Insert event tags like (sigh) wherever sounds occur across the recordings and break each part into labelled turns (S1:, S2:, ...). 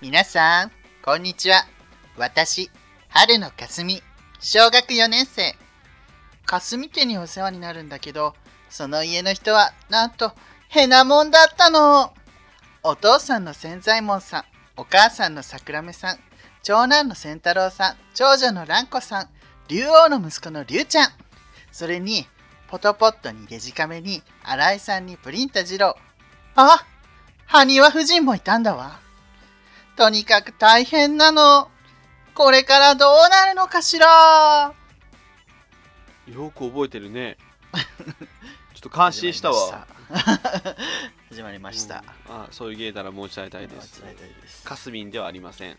S1: 皆さん、こんにちは。私、春野かすみ、小学4年生。かすみ家にお世話になるんだけど、その家の人は、なんと、へなもんだったの。お父さんの千左衛門さん、お母さんの桜目さん、長男の千太郎さん、長女の蘭子さん、竜王の息子の竜ちゃん。それに、ポトポットにデジカメに、新井さんにプリンタ二郎。あ埴輪夫人もいたんだわ。とにかく大変なの。これからどうなるのかしら。
S2: よく覚えて
S1: (laughs)
S2: るねちょっと感心したわ。
S1: 始まりました。
S2: うんあそういう芸なら申し上げたいです
S1: 間違いないです
S2: カスミンではありま
S1: (laughs)
S2: せん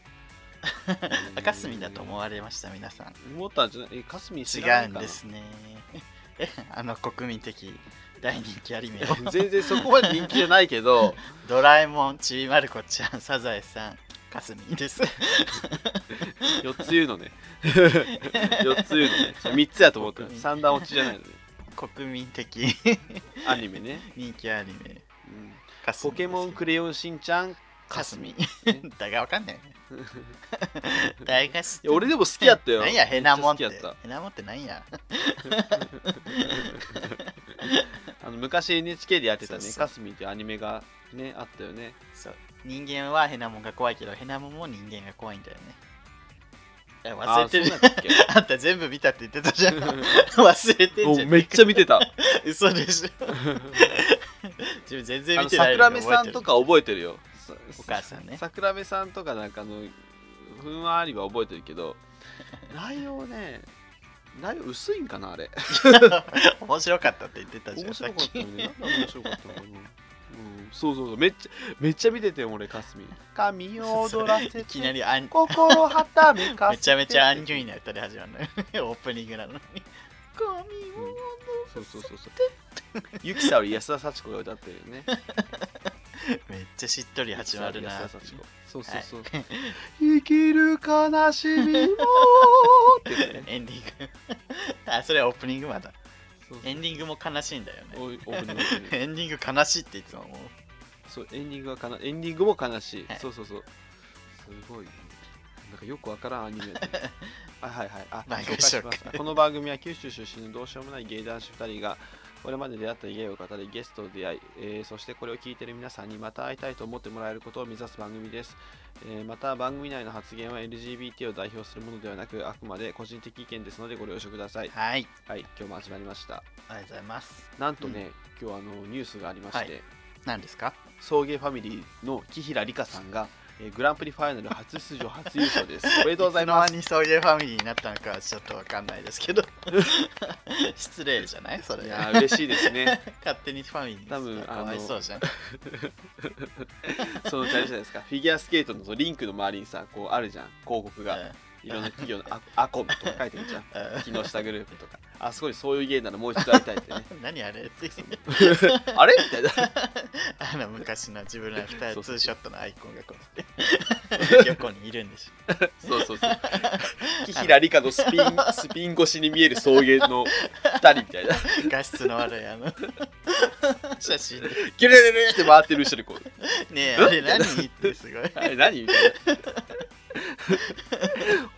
S1: 赤すみだと思われました、皆さん。
S2: 思ったんじゃないえカスミン知ら
S1: 違
S2: ないうか
S1: ん
S2: な
S1: ですね。 (laughs) え、あの国民的大人気ア
S2: (laughs)
S1: ニメ
S2: 全然そこまで人気じゃない
S1: (laughs)
S2: けど
S1: ドラえもん、ちびまる子ちゃん、サザエさん、かすみです。
S2: 4つ言うのね4つ言うのね3つやと思った三段落ちじゃ
S1: (laughs)
S2: ないのね
S1: 国民
S2: (laughs)
S1: 的
S2: アニメね、
S1: 人気アニメ。
S2: うん
S1: かすみ
S2: ポケモンクレヨンしんちゃん
S1: か
S2: カ
S1: す
S2: ス
S1: み
S2: ミ。
S1: だがわかんない
S2: (laughs)
S1: ね。大が知って
S2: いや俺でも好きやった
S1: (laughs)
S2: よ
S1: なんや、へなもんって。
S2: めっちゃ好きやっ
S1: へなもんってなんや。
S2: たあの昔 NHK でやってたね
S1: そうそう
S2: カスミっていうアニメがねあったよね
S1: そう。人間はへなもんが怖いけど、へなもんも人間が怖いんだよね。いや忘れてる (laughs)
S2: あ。そうなんだっけ
S1: あんた全部見たって言ってたじゃん。 (laughs) 忘れ (laughs) てんじゃ
S2: お
S1: ん。
S2: めっちゃ見てた
S1: 嘘でし (laughs) ょ。自分全然
S2: あ
S1: 見
S2: の
S1: てないの
S2: 桜
S1: に
S2: 目
S1: 覚え
S2: さ
S1: てる
S2: んとか覚えてるよ
S1: お母さんね
S2: 桜目さんとかなんかあのふんわりは覚えてる
S1: (laughs)
S2: けど内容ね内容薄いんかなあれ
S1: 面白かったって言ってたじゃ
S2: 面
S1: ん。さっ
S2: 白かった
S1: き
S2: よねなんで面白かったのかなうん、そうそうそうめっちゃめっちゃ見てて俺かすみ髪を踊らせ
S1: いき
S2: て
S1: なりあん
S2: 心はためか
S1: めちゃめちゃアンギュイな歌で始まる (laughs) のよ。オープニングなのに。髪を
S2: そうそうそうそうゆきさより安田幸子が歌ってるよね
S1: (laughs) めっちゃしっとり始まるな。
S2: 安田幸子そうそうそう、
S1: はい
S2: 生きる悲しみもって言ってね
S1: エンディング (laughs) あそれはオープニングまだ
S2: そうそう
S1: エンディングも悲しいんだよね
S2: おいオープニングオープニング
S1: エンディング悲しいっていつも思う
S2: そうエンディングはかなエンディングも悲しい、
S1: はい
S2: そうそうそうすごいなんかよくわから
S1: (laughs)
S2: んアニメだねあはいはいあ
S1: 毎回
S2: 紹介しま
S1: 紹
S2: す
S1: 介
S2: この番組は九州出身のどうしようもない芸男子2人がこれまで出会った芸を語りゲストと出会い、えーそしてこれを聞いている皆さんにまた会いたいと思ってもらえることを目指す番組です、えーまた番組内の発言は LGBT を代表するものではなくあくまで個人的意見ですのでご了承ください
S1: はい
S2: はい今日も始まりました
S1: ありがとうございます
S2: なんとね、今日あのニュースがありまして、
S1: はい何ですか
S2: 送迎ファミリーの紀平梨花さんが、えーグランプリファイナル初出場初優勝 (laughs) です。おめでとうございます。
S1: いつの間にそういうファミリーになったのかはちょっとわかんないですけ
S2: (laughs)
S1: ど失礼じゃないそれ
S2: いやー嬉しいですね。
S1: (laughs) 勝手にファミリーに
S2: 多分
S1: したらかわいそうじゃん
S2: そのうちあれじゃないですか。フィギュアスケートのそのリンクの周りにさ、こうあるじゃん。広告
S1: うん
S2: が。いろんな企業のアアコムとか書いてるじ (laughs) ゃん。
S1: う
S2: 木下グループとか。あそこにそういう芸ならもう一度会いたいって (laughs) ね。
S1: ん何あれ
S2: あれみたいな。
S1: あの昔の自分ら二人
S2: そう
S1: ツ
S2: そう
S1: ーショットのアイコンがこう横にいるんで
S2: (laughs)
S1: しょ
S2: そうそうそう。 (laughs) 紀平梨花のスピン、スピン越しに見える送迎の二人みたいな。
S1: 画質の悪いあ
S2: (laughs)
S1: の写真ね
S2: キュルルルルって回ってる後ろにこう。
S1: えあれ何ってすごい
S2: あ
S1: (laughs)
S2: れ何みたいな。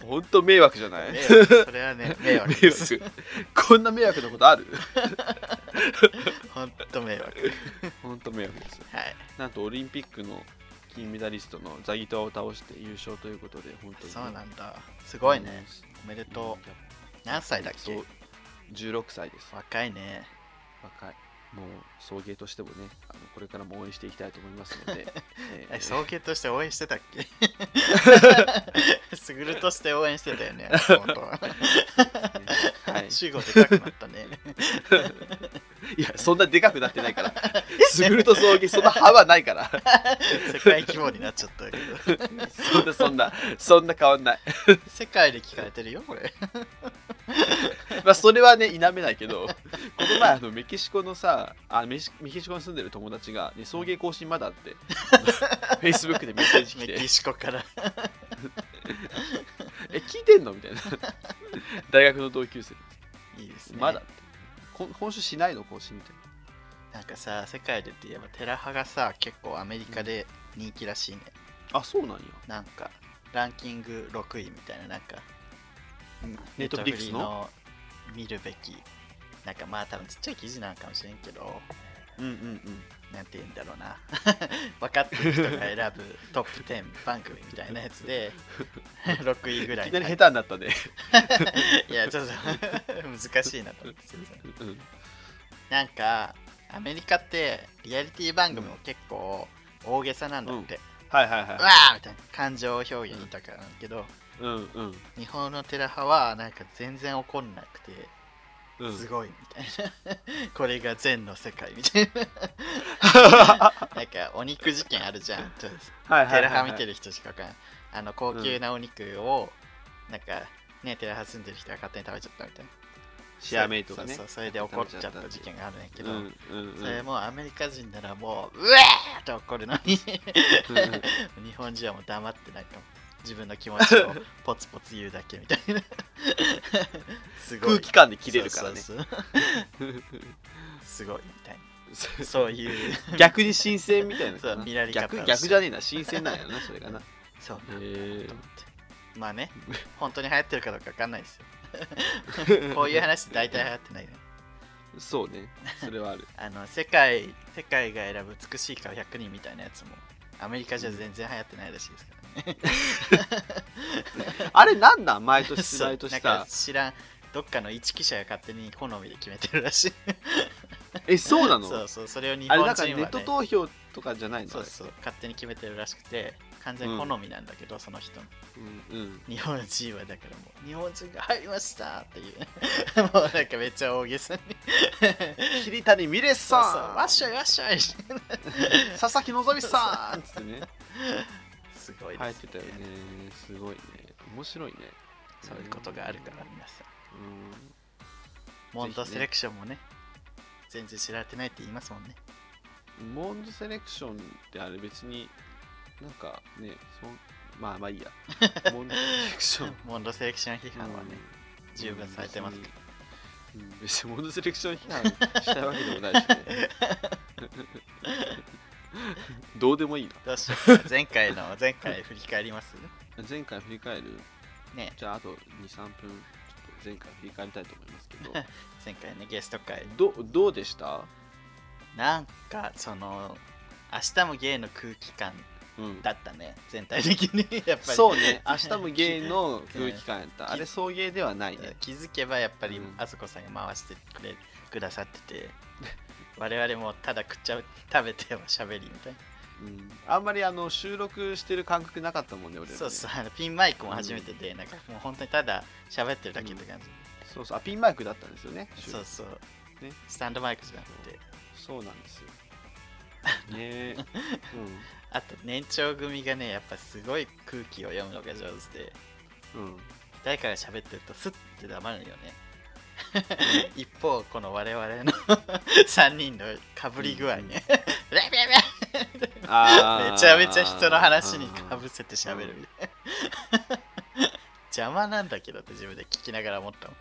S2: 本当迷惑じゃない
S1: 迷惑それは
S2: (laughs)
S1: ね迷惑
S2: 迷
S1: です
S2: 惑。こんな迷惑なことある
S1: ほんと迷惑
S2: 本当迷惑です。
S1: はい
S2: なんとオリンピックの金メダリストのザギトワを倒して優勝ということで、本当に。
S1: そうな
S2: す
S1: んだすごいね。おめでとう何歳だっけ
S2: そう ?16 歳です。
S1: 若いね
S2: 若い。もう送迎としてもねあの、これからも応援していきたいと思います
S1: (laughs)
S2: ので、えー
S1: え総計として応援してたっ
S2: (laughs)
S1: けスグルとして応援してたよね本当は (laughs)
S2: はい、
S1: 主語でかくなったね
S2: いや、そんなでかくなってないから、スグルと送迎、そんな幅ないから。
S1: 世界規模になっちゃったけど
S2: (laughs) そんなそんなそんな変わんない。
S1: 世界で聞かれてるよこれ
S2: まあそれはね否めないけど、この前あのメキシコのさあメシメキシコに住んでる友達が、ね、送迎更新まだって
S1: (laughs)
S2: Facebook でメッセージ来
S1: メ
S2: て
S1: キシコから
S2: え聞いてんのみたいな大学の同級生
S1: いいですね
S2: まだってこん今週しないの更新みたい
S1: なんかさ世界でって言えばテラハがさ結構アメリカで人気らしいね、
S2: あそうなんや
S1: なんかランキング6位みたいななんか
S2: ネットフリックスの
S1: 見るべきなんかまあ多分ちっちゃい記事なんかもしれんけど
S2: うんうんうん
S1: なんて言うんだろうな (laughs) 分かってる人が選ぶトップ10番組みたいなやつで (laughs) 6位ぐら
S2: い
S1: い
S2: き
S1: に
S2: な
S1: 入
S2: り
S1: っ
S2: 下手になったね、
S1: いやちょっと (laughs) 難しいなと思って全然
S2: うん、
S1: なんかアメリカってリアリティ番組も結構大げさなんだって、
S2: はいはいうは
S1: わーみたいな感情表現豊かなんだけど、
S2: いうんうん
S1: 日本のテラハはなんか全然怒んなくて
S2: うん
S1: すごいみたいな (laughs) これが善の世界みたいな (laughs) なんかお肉事件あるじゃんちょっと
S2: はいは
S1: テ
S2: い
S1: ラ
S2: は
S1: ハ
S2: い
S1: 見
S2: は
S1: て
S2: い
S1: る人しかわかんないあの高級なお肉をなんかねテラハ住んでる人が勝手に食べちゃったみたいな
S2: シェアメイトがね
S1: そうそうそれで怒っちゃった事件があるんやけ
S2: う
S1: ど、
S2: んうんうん
S1: それもうアメリカ人ならもううわーって怒るのに (laughs) 日本人はもう黙ってなんか自分の気持ちをポツポツ言うだけみたいな (laughs) すごい
S2: 空気感で切れるからね
S1: そうそうそう (laughs) すごいみたいなそういう
S2: 逆に新鮮みたいな
S1: そう見られ方を
S2: 逆
S1: して
S2: 逆じゃねえな新鮮なんやろなそれがなへ
S1: (laughs) そう
S2: え
S1: と思ってまあ (laughs) ね本当に流行ってるかどうかわかんないですよこういう話って大体流行ってないね
S2: そうねそれはある
S1: あの世界世界が選ぶ美しい顔100人みたいなやつもアメリカじゃ全然流行ってないらしいですからね
S2: あれなんなん毎年
S1: そう
S2: 毎年
S1: なんか
S2: さ
S1: 知らんどっかの一記者が勝手に好みで決めてるらしい
S2: えそう
S1: (laughs)
S2: な
S1: そう
S2: の
S1: そうそれを日
S2: あ
S1: 本
S2: れ
S1: 人は、
S2: なん
S1: ね、
S2: かネット投票とかじゃないの
S1: そ
S2: あ
S1: う
S2: れ
S1: そう勝手に決めてるらしくて完全好みなんだけど、その人の
S2: うんうん
S1: 日本人はだからもう日本人が入りましたっていう (laughs) もうなんかめっちゃ大げさに
S2: 桐谷美玲
S1: そうそう
S2: さん
S1: わっしょいわっしょいす
S2: 佐々木希さんっつってね
S1: ごい
S2: 入
S1: で
S2: っ
S1: す
S2: てたよねすごいね面白いね
S1: そういうことがあるから皆さん
S2: うん
S1: モンドセレクションもね全然知られてないって言いますもんね
S2: モンドセレクションってあれ別になんかねそんまあまあい
S1: (laughs)
S2: いやモンドセレクション
S1: モンドセレクション批判はね、
S2: うん
S1: 十分されてますか
S2: 別にうん別にモンドセレクション
S1: (laughs)
S2: 批判したいわけでもないしねどうでもいいな
S1: どうしようか前回
S2: (laughs)
S1: の前回振り返ります
S2: 前回振り返る
S1: ね
S2: じゃああと23分ちょっと前回振り返りたいと思いますけど
S1: (laughs) 前回ねゲスト会
S2: どどうでした
S1: なんかその明日もゲイの空気感
S2: うん
S1: だったね全体的にやっぱり
S2: そう
S1: (laughs)
S2: ね明日もゲイの空気感やったあれ送迎ではないね
S1: 気づけばやっぱり
S2: うん
S1: あそこさんが回してくれくださって (laughs) て我々もただ食っちゃう食べてはしゃべりみたい
S2: うんあんまりあの収録してる感覚なかったもんね俺ら
S1: な
S2: ね
S1: そうそうあのピンマイクも初めてで、なんかもう本当にただ喋ってるだけって感じ、
S2: そうそうあピンマイクだったんですよね収録
S1: そうそう、
S2: ね
S1: スタンドマイクじゃなくて
S2: そうなんですよ
S1: (laughs)
S2: ねえ、
S1: あと年長組がねやっぱすごい空気を読むのが上手で
S2: うん
S1: (laughs)
S2: うん、
S1: 誰かが喋ってるとスッて黙るよね (laughs) 一方この我々の (laughs) 3人のかぶり具合ね、
S2: うん
S1: ブラ (laughs) ブラブラ
S2: あー
S1: めちゃめちゃ人の話にかぶせて喋るみたいな (laughs) 邪魔なんだけどって自分で聞きながら思ったも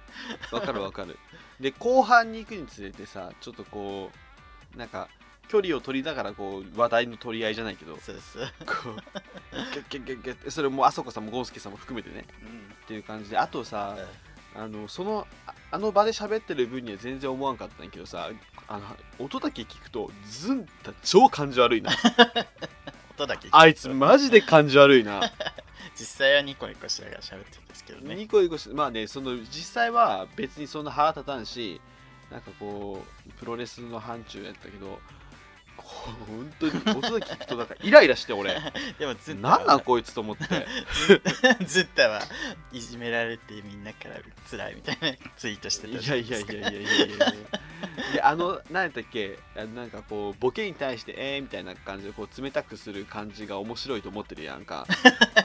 S1: ん
S2: わかるわかるで後半に行くにつれてさちょっとこうなんか距離を取りながらこう話題の取り合いじゃないけどこ
S1: そうそう、
S2: うギュッギュッギュッギュッってそれもあそこさんもゴースケさんも含めてね
S1: うん
S2: っていう感じであとさあのそのああの場で喋ってる分には全然思わんかったんやけどさあの音だけ聞くとずんた超感じ悪いな (laughs)
S1: 音だけ聞くと
S2: あいつマジで感じ悪いな
S1: 実際はニコニコしながら喋ってるんですけどね
S2: ニコニコしてまあねその実際は別にそんな腹立たんしなんかこうプロレスの範疇やったけどこう本当に音だけ聞くとなんかイライラして俺
S1: でも (laughs) ずっと
S2: なんなんこいつと思って
S1: (laughs) ずったはいじめられてみんなから辛いみたいなツイートしてた
S2: いやいやいやいやいやいやいやであの何やったっけあのなんかこうボケに対してえーみたいな感じでこう冷たくする感じが面白いと思ってるやんか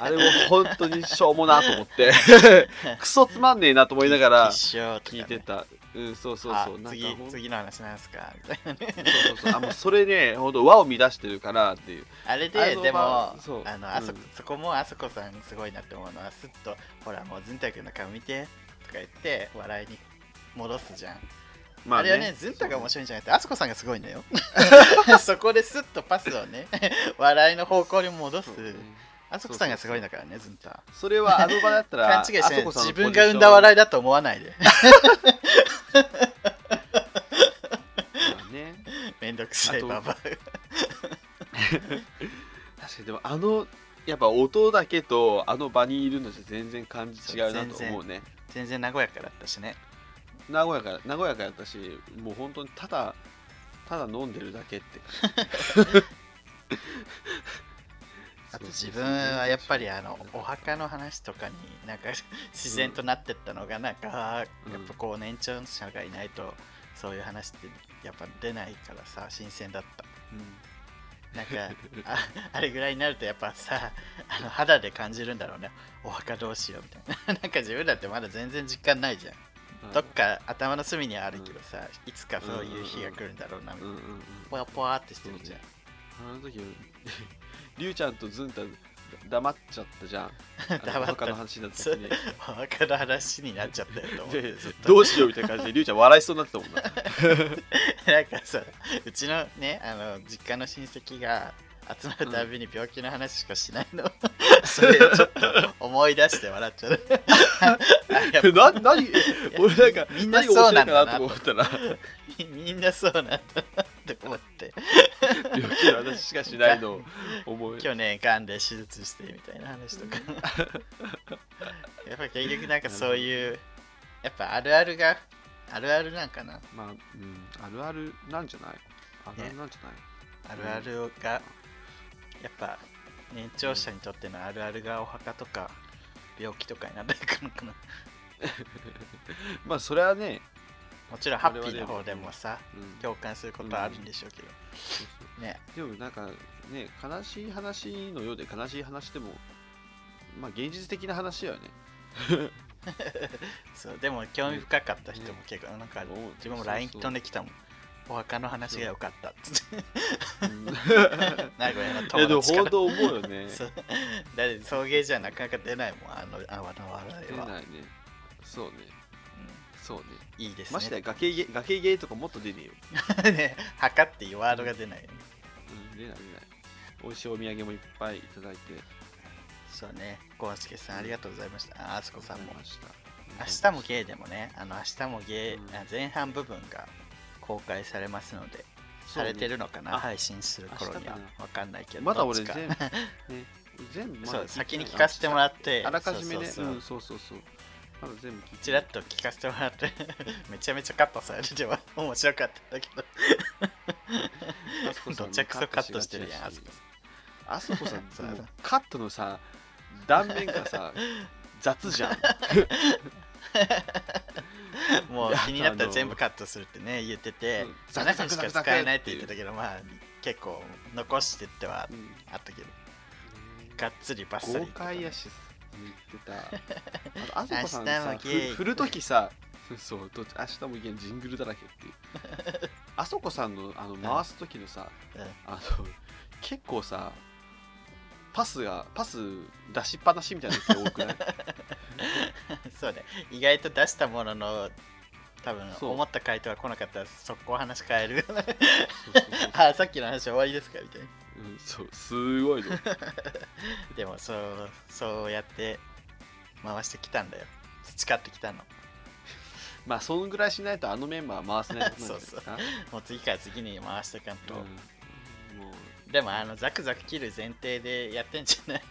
S2: あれも本当にしょうもなと思って
S1: (laughs)
S2: クソつまんねえなと思いながら
S1: 一生
S2: 聞いてた、うんそうそう
S1: あ
S2: そうなんか
S1: 次
S2: ほん
S1: 次の話なんすかみたいなね
S2: そうそうそうあもうそれねほんと和を乱してるからっていう
S1: あれ
S2: あ
S1: で
S2: の
S1: でも
S2: ま
S1: あ
S2: あそう
S1: のあそこ
S2: うん
S1: そこもあそこさんすごいなって思うのはすっとほらもうずんたくんの顔見てとか言って笑いに戻すじゃん、
S2: ま
S1: あれはねずんたが面白いんじゃなくてあそこさんがすごい
S2: (laughs)
S1: (laughs) のよそこですっとパスをね笑いの方向に戻す
S2: そうね
S1: あそこさんがすごいんだからね、ずんた。
S2: それはあの場だった
S1: 勘違
S2: ら
S1: いしない
S2: あそこさん
S1: 自
S2: の
S1: 分が生んだ笑
S2: い
S1: いだと思わないで。 (laughs)
S2: ね
S1: めんどくさい
S2: あと
S1: ババ
S2: 確かにでもあのやっぱ音だけとあの場にいるのじゃ全然感じ違うなと思うね
S1: 全然和やかだったしね。
S2: 和やか和やかやったしもう本当にただただ飲んでるだけって
S1: (laughs) あと自分はやっぱりあのお
S2: は
S1: 墓の話とかになんか自然となってったのがなんか、
S2: うん
S1: やっぱこう年長者がいないとそういう話ってやっぱ出ないからさ新鮮だったなんかああれぐらいになるとやっぱさあの肌で感じるんだろうねお墓どうしようみたいな (laughs) なんか自分だってまだ全然実感ないじゃんどっか頭の隅にはあるけどさいつかそういう日が来るんだろうなみた
S2: う
S1: い
S2: ん
S1: な
S2: うんうん
S1: ぽわぽわってしてるじゃん
S2: あの時 (laughs) りゅうちゃんとずんた黙っちゃったじゃん
S1: った
S2: あの他の話になった時に
S1: (laughs) お墓の話になっちゃったよと思っ
S2: (laughs) いや
S1: て
S2: いや
S1: ずっと
S2: どうしようみたいな感じでりゅうちゃん笑いそうになってたもん
S1: (laughs)
S2: な
S1: なんかさうちのねあの実家の親戚が集まるたびに病気の話しかしないの、 (laughs) それをちょっと思い出して笑っちゃうあやっぱ
S2: な何 (laughs) 俺なんか
S1: みんな
S2: 何が
S1: そうなんだ
S2: 面白いかな
S1: な
S2: と
S1: と
S2: 思ったら
S1: みみんなそうなんだなって思って
S2: 病気の話しかしないのを思い
S1: 去年がんで手術してみたいな話とかやっぱ結局なんかそういうやっぱあるあるがあるあるなんかな
S2: まあ、うん、あるあるなんじゃないあるあるなんじゃない、
S1: あるあるがやっぱ年長者にとってのあるあるがお墓とか病気とかになっていくのかな
S2: まあそれはね、
S1: もちろんハッピーな方でもさ
S2: うん
S1: 共感することはあるんでしょうけど、
S2: そう
S1: ね
S2: そうでもなんかね悲しい話のようで悲しい話でもまあ現実的な話だよね
S1: そうでも興味深かった人も結構なんか
S2: うん
S1: 自分も LINE
S2: そうそう
S1: 飛んできたもんお墓の話が良かったっつって
S2: うん
S1: 名古屋の友達か (laughs)
S2: い
S1: ら
S2: やでも本当思うよね
S1: そうだって送迎じゃなかなか出ないもんあの泡の笑い
S2: 出
S1: は、
S2: ないねそうねそうね
S1: うんいいですね
S2: ましてや崖ゲ崖ゲーとかもっと出ねえ
S1: (laughs)
S2: よ、
S1: ね墓っていうワードが出ないよね
S2: うん、出ない出ない美味しいお土産もいっぱいいただいて
S1: そうねゴンスケさんありがとうございましたああそこさんも
S2: ました
S1: 明日もゲイでもねあの明日もゲイ、
S2: うん
S1: あ前半部分が公開されますので、
S2: そ
S1: さ
S2: うね
S1: れてるのかな
S2: あ
S1: 配信する頃には
S2: 明日か
S1: わかんないけど
S2: まだ
S1: どっ
S2: 俺
S1: ちか
S2: 全部、ね、
S1: (laughs)
S2: 全部まだ
S1: そう
S2: 聞いてない
S1: 先に聞かせてもらって
S2: あらかじめね、
S1: そう
S2: そ、
S1: そううそうん
S2: そうそうそう。まだ全部聞いてない
S1: ちらっと聞かせてもらって (laughs) めちゃめちゃカットされてて面白かったんだけど
S2: (laughs) あそこさん
S1: どちゃくそカットしてるやん
S2: カットしがちだしあそこさん
S1: そう、
S2: もうカットのさ、断面
S1: (laughs)
S2: がさ、雑じゃん。
S1: もう
S2: いや
S1: 気になったら全部カットするってね言ってて
S2: うん
S1: 7分しか使えないって言ってたけどまあ結構残してっては
S2: うん
S1: あったけどがっつりバッサリ言っ
S2: 豪
S1: てたね
S2: 快やし、言ってた。
S1: (laughs)
S2: あと、あそこさん
S1: 明
S2: さ、
S1: 日もゲイ
S2: ふ振るときさ、 (laughs) そう、どっち明日もゲイジングルだらけっていう。
S1: (laughs)
S2: あそこさんのあの回すときのさ、
S1: うん
S2: あの結構さパスがパス出しっぱなしみたいなのっ
S1: (laughs)
S2: て多くない
S1: そうね意外と出したものの多分
S2: そう
S1: 思った回答が来なかったら速攻話変える (laughs)
S2: そうそうそう
S1: あさっきの話終わりですかみたいな
S2: うんそうすごいね
S1: でもそうそうやって回してきたんだよ培ってきたの
S2: まあそんぐらいしないとあのメンバーは回せないことなん
S1: (laughs)
S2: じゃないです
S1: もう次から次に回していかんと、
S2: かうんもう
S1: でもあのザクザク切る前提でやってんじゃない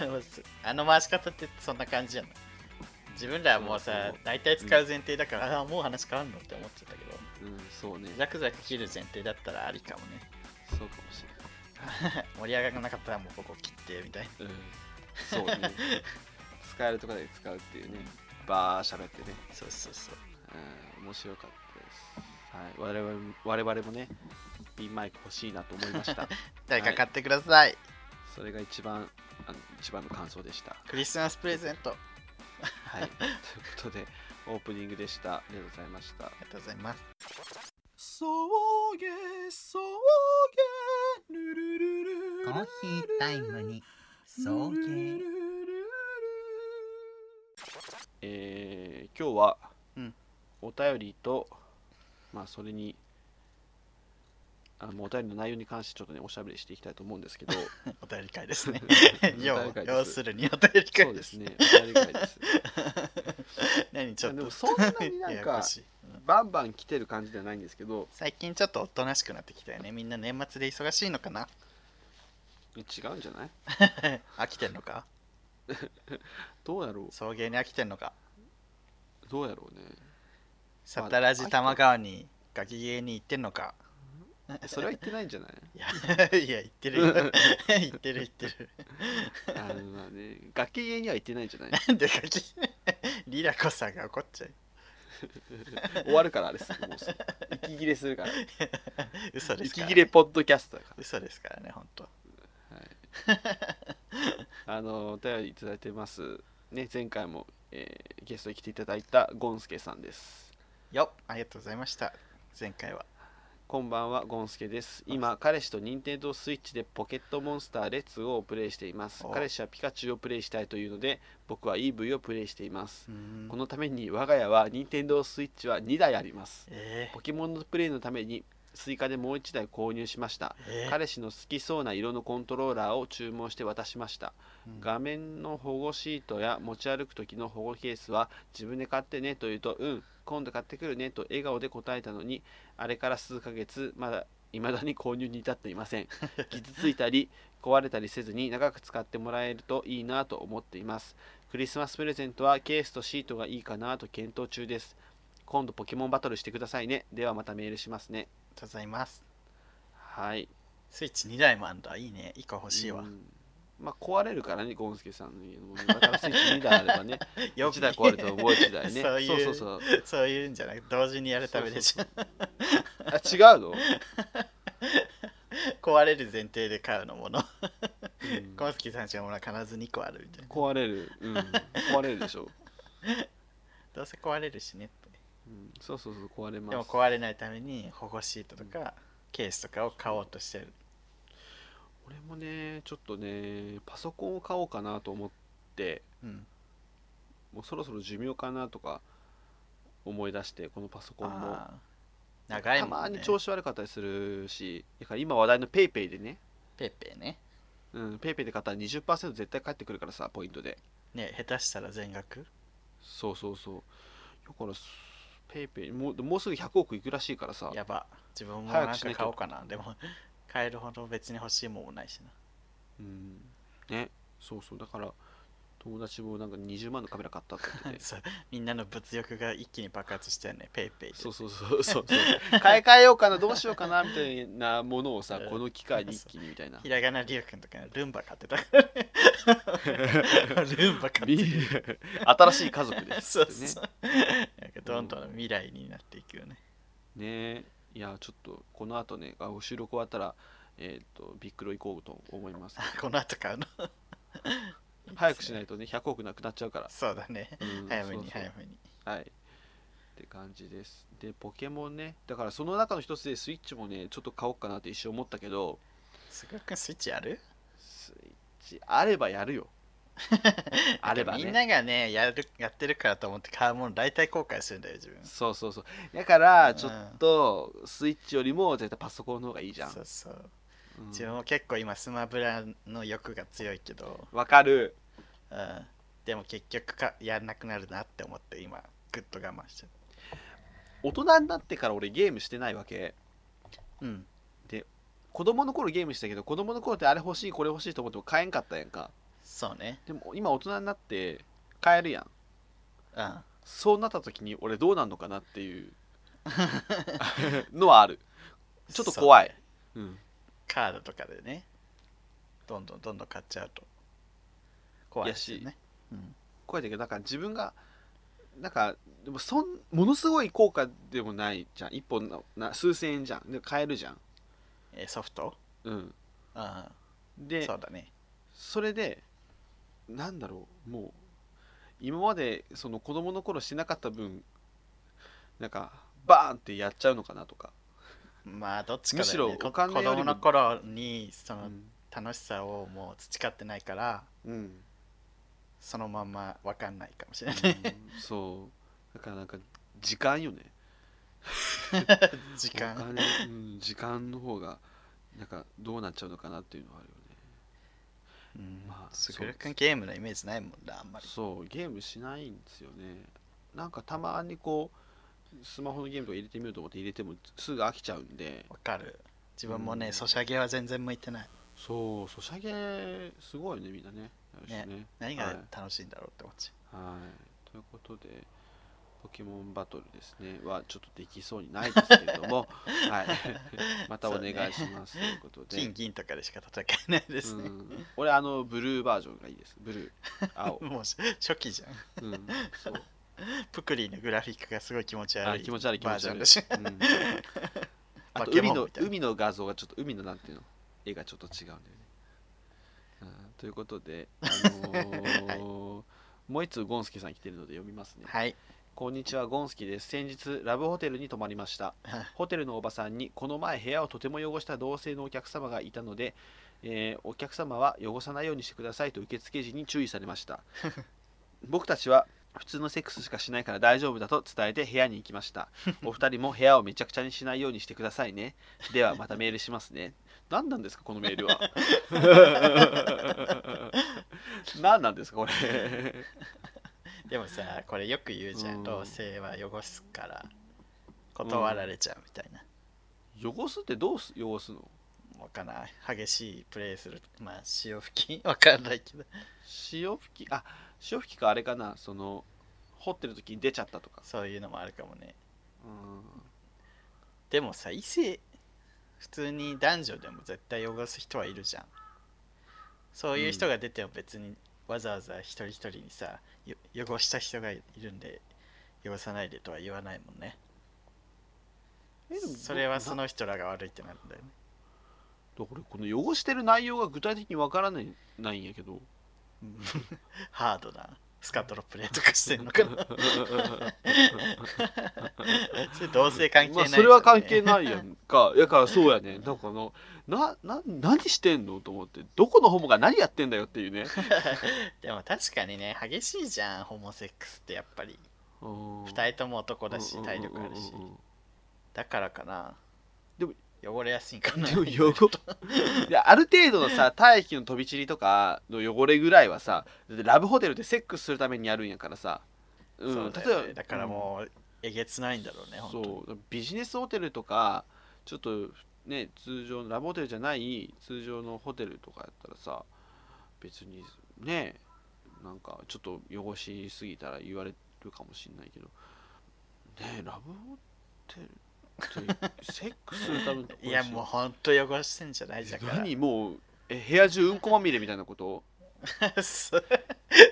S1: (laughs) あの回し方ってそんな感じじゃない自分らはもう
S2: そう
S1: さ
S2: そう
S1: 大体使う前提だから、ああもう話変わんのって思っちゃったけど
S2: うんそうね
S1: ザクザク切る前提だったらありかもね (laughs)
S2: そうかもし
S1: 盛り上がらなかったらもうここ切ってみたいな
S2: れない、うん、そうね使えるところで使うっていうねバー喋ってね、
S1: そうそうそう
S2: うん、面白かったです、はい、我々も我々もねピンマイク欲しいなと思いました (laughs)
S1: 誰か買ってください、
S2: それが一番あの一番の感想でした
S1: クリスマスプレゼントあ
S2: (laughs) はい、ということでオープニングでした。ありがとうございました。
S1: りがとうございます
S2: そうげそうげルルル
S3: コ
S2: ル
S3: ーヒータイムに送迎
S2: えー、今日は、
S1: うん
S2: お便りとまあそれにあのお便りの内容に関してちょっとねおしゃべりしていきたいと思うん
S1: (laughs)
S2: ですけど
S1: お便り会です
S2: (laughs)
S1: ね
S2: お
S1: 要
S2: 便り会です
S1: 要するにお便り
S2: そ
S1: 会
S2: う
S1: で
S2: ですすねお便り会です
S1: 何 (laughs) ちょっ
S2: で
S1: と
S2: もそんなにな
S1: (laughs) や
S2: んか
S1: やこしいうん
S2: バンバン来てる感じではないんですけど
S1: 最近ちょっとおとなしくなってきたよねみんな年末で忙しいのかな (laughs)
S2: 違うんじゃない
S1: 飽きてんのか
S2: どうやろ
S1: 送迎に飽きてんのか
S2: うどうやろうね
S1: サタラジ玉川にガキゲーに行ってんのか
S2: えそれは言ってない
S1: (laughs)
S2: んじゃない
S1: いやいや行ってるよ (laughs) 行ってる行ってる
S2: あのまあね崖家には行ってないんじゃない
S1: なんでガキリラコさんが怒っちゃう
S2: 終わるからあれ
S1: (laughs)
S2: すぐもうすぐ息切れするから
S1: 嘘ですか
S2: 息
S1: ら、
S2: 切れポッドキャストだか
S1: 嘘ですからね本当
S2: らあのお便りいただいてますね前回も、えーゲストに来ていただいたゴンスケさんです
S1: よっありがとうございました前回は
S2: こんばんはゴンスケです今彼氏と任天堂スイッチでポケットモンスターレッツゴーをプレイしています
S1: お
S2: 彼氏はピカチュウをプレイしたいというので僕は EV をプレイしています
S1: うーん
S2: このために我が家は任天堂スイッチは2台あります
S1: え
S2: ポケモンのプレイのためにスイカでもう1台購入しました
S1: ー、えー
S2: 彼氏の好きそうな色のコントローラーを注文して渡しました
S1: うん
S2: 画面の保護シートや持ち歩く時の保護ケースは自分で買ってねと言うと「うん今度買ってくるね」と笑顔で答えたのにあれから数ヶ月まだ未だに購入に至っていません傷ついたり壊れたりせずに長く使ってもらえるといいなと思っていますクリスマスプレゼントはケースとシートがいいかなと検討中です今度ポケモンバトルしてくださいねではまたメールします
S1: あ
S2: ね
S1: りがとうございます
S2: はい
S1: スイッチ2台もあんだいいね1個欲しいわ、
S2: うんまあ壊れるからね、ゴンスケさんの家のもの。だからスイッチ2台あれば
S1: (laughs)
S2: ね、
S1: よ
S2: 1台壊れてももう1
S1: (laughs)
S2: 台ね。
S1: そういう
S2: そうそうそう。
S1: そういうんじゃなく同時にやるためでしょ
S2: あ、違うの、
S1: 壊れる前提で買うのもの
S2: うん
S1: コンスキーさんちのものは必ず2個あるみたいな
S2: 壊れる、うん。壊れるでしょ。
S1: どうせ壊れるしねって
S2: うん、そうそうそう、壊れます。
S1: でも壊れないために保護シートとかケースとかを買おうとしてる
S2: 俺もね、ちょっとね、パソコンを買おうかなと思って、
S1: うん
S2: もうそろそろ寿命かなとか思い出して、このパソコンも。
S1: あー長い
S2: た
S1: も
S2: ま
S1: んね
S2: に調子悪かったりするし、だから今話題の PayPay ペイペイでね、
S1: ペッペね
S2: うん、ペイペイで買ったら20%絶対返ってくるからさ、ポイントで。
S1: ね下手したら全額
S2: そうそうそう。だから、すペイペイもう、もうすぐ100億いくらしいからさ、
S1: やば自分もなん
S2: 早くしな
S1: か
S2: きゃ
S1: 買おうかなでも買えるほど別に欲しいもんもないしな。
S2: うん、ね、そうそう、だから、友達もなんか20万のカメラ買ったって言って
S1: (laughs)
S2: て
S1: そうみんなの物欲が一気に爆発したよねペイペイで
S2: そうそうそう
S1: (laughs)
S2: そうそう買い替えようかなどうしようかなみたいなものをさこの機会に一気にみたいな
S1: ひらがなりゅうくんとかルンバ買ってたからねルンバ買って
S2: (laughs) み新しい家族です
S1: そうそう、なんかどんどん未来になっていくよね。
S2: ねいやちょっとこの後ねあ収録終わったらえっ、とビックロ行こうと思います
S1: あこの後買うの。。
S2: 早くしないいとね100億なくなっちゃうから、
S1: そうだね。
S2: うん
S1: 早め
S2: そう
S1: に
S2: そう
S1: 早めに。
S2: はい。って感じです。で、ポケモンね、だからその中の一つでスイッチもね、ちょっと買おうかなって一瞬思ったけど、
S1: すごくスイッチある
S2: スイッチあればやるよ。あれば
S1: なんかみん
S2: ね。
S1: ながねやる、やってるからと思って買うもの大体後悔するんだよ、自分。
S2: そうそうそう。だから、ちょっとスイッチよりも絶対パソコンの方がいいじゃん。
S1: そうそう。
S2: うん
S1: 自分も結構今スマブラの欲が強いけど、
S2: わかる。
S1: うん、でも結局かやんなくなるなって思って今、ぐっと我慢してる。
S2: 大人になってから俺ゲームしてないわけ。
S1: うん。
S2: 子供の頃ゲームしたけど、子供の頃ってあれ欲しい、これ欲しいと思っても買えんかったやんか。
S1: そうね。
S2: でも今大人になって買えるやん。
S1: うん。
S2: そうなった時に俺どうなんのかなっていう
S1: (laughs)
S2: のはあるちょっと怖いそう,、
S1: カードとかでねどんどんどんどん買っちゃうと怖いですよね、うん、
S2: 怖いんだけどなんか自分がなんかでもそんものすごい効果でもないじゃん一本のな数千円じゃんで買えるじゃん
S1: えーソフト
S2: うん
S1: あ
S2: で
S1: そ
S2: そう
S1: だね
S2: れでなんだろうもう今までその子供の頃してなかった分なんかバーンってやっちゃうのかなとか、
S1: まあどっちかだ
S2: む
S1: よ
S2: し
S1: ね
S2: ろ
S1: こ
S2: お金よ
S1: 子
S2: りも
S1: 供の頃にそうの
S2: ん
S1: 楽しさをもう培ってないから
S2: うん、
S1: そのままわかんないかもしれない
S2: そうだからなんか時間よね
S1: (laughs) 時
S2: お
S1: 間
S2: 金、うん、時間の方がなんかどうなっちゃうのかなっていうのはあるよね
S1: うん
S2: まあ
S1: すぐるくんゲームのイメージないもんなあんまり
S2: そうゲームしないんですよねなんかたまにこうスマホのゲームとか入れてみようと思って入れてもすぐ飽きちゃうんで
S1: わかる自分も
S2: う
S1: ね
S2: ん
S1: ソシャゲは全然向いてない
S2: そうソシャゲすごいねみんなねやるしね
S1: 何
S2: はい
S1: が楽しいんだろうって思っちゃ
S2: はい、ということで、ポケモンバトルですね、はちょっとできそうにないですけれども、
S1: (laughs)
S2: はい、またお願いします、ということ
S1: う
S2: で。
S1: 金銀とかでしか戦えないです
S2: う
S1: ね
S2: ん、俺、あの、ブルーバージョンがいいです。ブルー、青。
S1: (laughs) もうし初期じゃん (laughs)
S2: うん、そう。
S1: プクリーのグラフィックがすごい気持ち
S2: あ
S1: 悪い
S2: 気持ち悪い、気
S1: バ
S2: 持
S1: ー
S2: ち
S1: ジョ
S2: 悪
S1: ン
S2: い。
S1: だし
S2: うん、あと
S1: 化け
S2: 海
S1: 物
S2: の
S1: み、たいな
S2: 海の画像がちょっと、海のなんていうの、絵がちょっと違うんだよね。うん、ということで、あの
S1: (laughs)
S2: ーもう一通ゴンスケさん来てるので読みますね。
S1: はい (laughs)
S2: こんにちは、ゴンスキです。先日、ラブホテルに泊まりました。ホテルのおばさんに、この前、部屋をとても汚した同性のお客様がいたので、えーお客様は汚さないようにしてくださいと受付時に注意されました。僕たちは普通のセックスしかしないから大丈夫だと伝えて部屋に行きました。お二人も部屋をめちゃくちゃにしないようにしてくださいね。ではまたメールしますね。何なんですか、このメールは。 (laughs) 何なんですか、これ。
S1: でもさこれよく言うじゃ
S2: うん
S1: ん同性は汚すから断られちゃうみたいな、
S2: 汚すってどうす汚すの
S1: わかんない激しいプレイするまあ潮吹きわかんないけど
S2: 潮吹きあ潮吹きかあれかなその掘ってる時に出ちゃったとか
S1: そういうのもあるかもね
S2: う
S1: でもさ異性普通に男女でも絶対汚す人はいるじゃんそういう人が出ても別にわざわざ一人一人にさよ汚した人がいるんで汚さないでとは言わないもんね
S2: んえでも
S1: それはそ
S2: な
S1: の人らが悪いってなるんだよね
S2: 俺この汚してる内容が具体的にわからないないんやけど
S1: ハードなスカトロプレイとかしてんのか
S2: (laughs)
S1: なそれ同性関係
S2: ま
S1: ない、
S2: あそれは関係
S1: い。
S2: ないやんか (laughs) やからそうやねだからのなな何してんのと思ってどこのホモが何やってんだよってい
S1: (laughs)
S2: うね
S1: でも確かにね、激しいじゃん、ホモセックスってやっぱり。
S2: 二
S1: 二人とも男だし、体力あるし。だからかな。
S2: でも、
S1: 汚れやすいんかな。
S2: で
S1: (laughs)
S2: も汚いやある程度のさ体液の飛び散りとかの汚れぐらいはさだってラブホテルでセックスするためにやるんやからさ、うん
S1: そうだよね
S2: 例えば
S1: だからもう、えげつないんだろうね、
S2: うん
S1: 本当に。
S2: そうビジネスホテルとかちょっとね通常のラブホテルじゃない通常のホテルとかやったらさ別にねなんかちょっと汚しすぎたら言われるかもしんないけどねラブホテルってセックスするためのとこ
S1: (laughs) い
S2: ろ
S1: や、
S2: やし
S1: もうほんと汚してんじゃないだから。
S2: 何もうえ部屋中うんこまみれみたいなこと
S1: (laughs) そ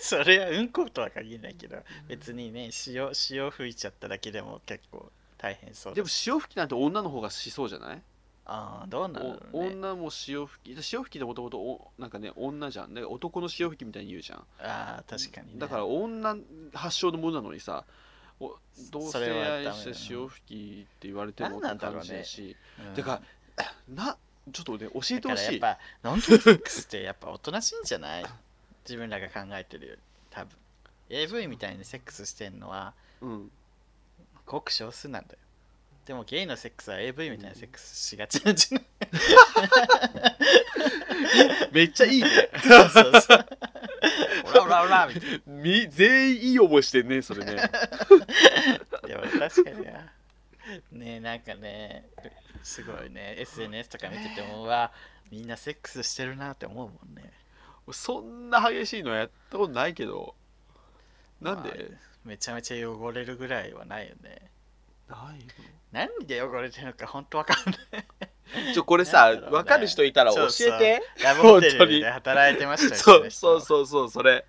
S1: それはうんことは限らないけど、別にね、潮潮吹いちゃっただけでも結構大変そう
S2: で
S1: だ
S2: も潮吹きなんて女の方がしそうじゃない、
S1: ああ、どうなる
S2: お
S1: の、ね、
S2: 女も潮吹き潮吹きってもともとおなんかね女じゃんで男の潮吹きみたいに言うじゃん
S1: ああ、確かに、ね。
S2: だから女発祥のものなのにさお同
S1: それは
S2: 性愛
S1: ダメだ
S2: し
S1: な
S2: て潮吹きって言われても
S1: 何なんだろうね
S2: って感じし、
S1: うん、
S2: だから (clears throat) なちょっとね教えて
S1: だ
S2: ほ
S1: から
S2: し
S1: やっ
S2: い
S1: ぱ、ノントセックスってやっぱおとなしいんじゃない (laughs) 自分らが考えてるより、多分 AV みたいにセックスしてんのは、
S2: うん、
S1: ごく少数なんだよ。でもゲイのセックスは AV みたいなセックスしがちなんじ
S2: (laughs)
S1: ゃない
S2: めっちゃいいね (laughs)
S1: そうそうオラオラオラみたい
S2: み全員いい思いしてんねそれね
S1: な。でも確かにな。ねえ、なんかね、すごいね、SNS とか見てても、うわ、みんなセックスしてるなって思うもんね。
S2: そんな激しいのやったことないけどなんで、
S1: まあめちゃめちゃ汚れるぐらいはないよね。
S2: ないよ
S1: 何で汚れてるのか本当わかんない。
S2: ちょこれ
S1: な
S2: さ、
S1: んだろうね
S2: わかる人いたら教えて。
S1: ラブホテ
S2: 本当に
S1: ルで働いてましたよ
S2: そうそう
S1: う。
S2: そうそうそれ。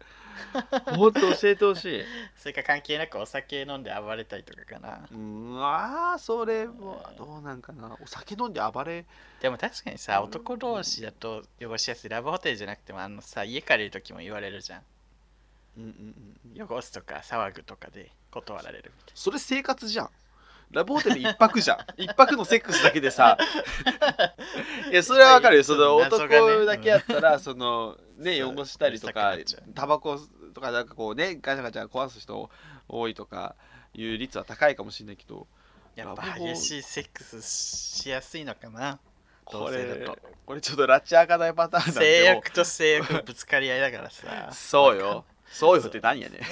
S2: もっと教えてほしい。
S1: それか関係なくお酒飲んで暴れたりとかかな。
S2: うん、あーそれもどうなんかな。お酒飲んで暴れ。
S1: でも確かにさ、男同士だと汚しやすい。ラブホテルじゃなくても、あのさ、家借りるときも言われるじゃん。
S2: うんうんうん。
S1: 汚すとか騒ぐとかで断られるみたい
S2: それ生活じゃん。ラブホテル一
S1: (laughs)
S2: 泊じゃん。一泊のセックスだけでさ。いや、それはわかるよ。その
S1: 謎がね
S2: 男だけやったら、その、ね、
S1: そう
S2: 汚したりとか
S1: うるさくなっちゃ、う
S2: タバコとか、なんかこうね、ガチャガチャ壊す人多いとかいう率は高いかもしれないけど、
S1: やっぱ激しいセックスしやすいのかな
S2: こ
S1: 同性
S2: れ
S1: だと
S2: これちょっと拉致開かないパターンなん
S1: 制
S2: でも
S1: 約と制約のぶつかり合いだからさ
S2: うそうよそうよって何やねん (laughs)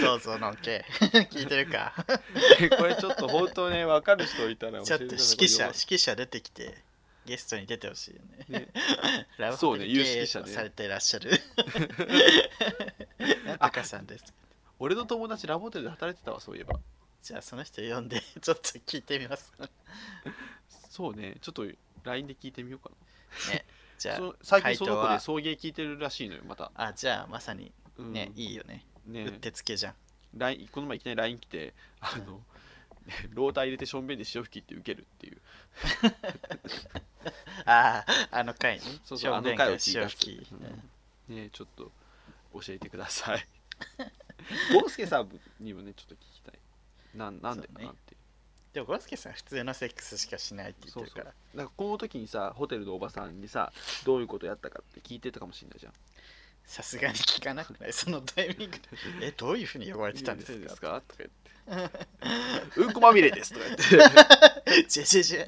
S1: そうそうのんけ (laughs) 聞いてるか
S2: これちょっと本当ね分かる人いたら
S1: ちょ
S2: 教え
S1: ってと
S2: く
S1: 指揮
S2: ださい
S1: 者指揮者出てきてゲストに出てほしいよね
S2: ね
S1: ラブ
S2: そ
S1: ホ
S2: う
S1: テ
S2: ね
S1: ル
S2: 有
S1: 経
S2: 識
S1: 営
S2: 者
S1: を
S2: ね
S1: されていらっ
S2: (laughs)
S1: しゃるなんとかさんです
S2: 俺の友達ラボホテルで働いてたわそういえば
S1: じゃあその人呼んでちょっと聞いてみます
S2: そうねちょっと LINE で聞いてみようか
S1: じ
S2: な
S1: ゃ
S2: そう最近
S1: 回答
S2: その子で
S1: は
S2: 送迎聞いてるらしいのよまた、
S1: ああじゃあまさに
S2: うん、
S1: ね、いいよねうっ
S2: ね
S1: てつけじゃん
S2: LINE この前いきなり LINE 来てあのローター入れてしょんべんで潮吹きって受けるっていう
S1: あああの回ね
S2: そうそうあの
S1: 正面
S2: 回を
S1: が
S2: 聞いたや
S1: 正
S2: つ
S1: 気
S2: うんねちょっと教えてくださいゴースケさんにもねちょっと聞きたいなんなんでかなっていう
S1: でもゴロスケさん普通のセックスしかしないって言ってるから
S2: なんかこの時にさホテルのおばさんにさどういうことやったかって聞いてたかもしれないじゃん
S1: さすがに聞かなくないそのタイミングでえどういうふうに呼ばれてたんです
S2: いい
S1: か
S2: とか言ってうんこまみれですとか言って
S1: ジェジェジェ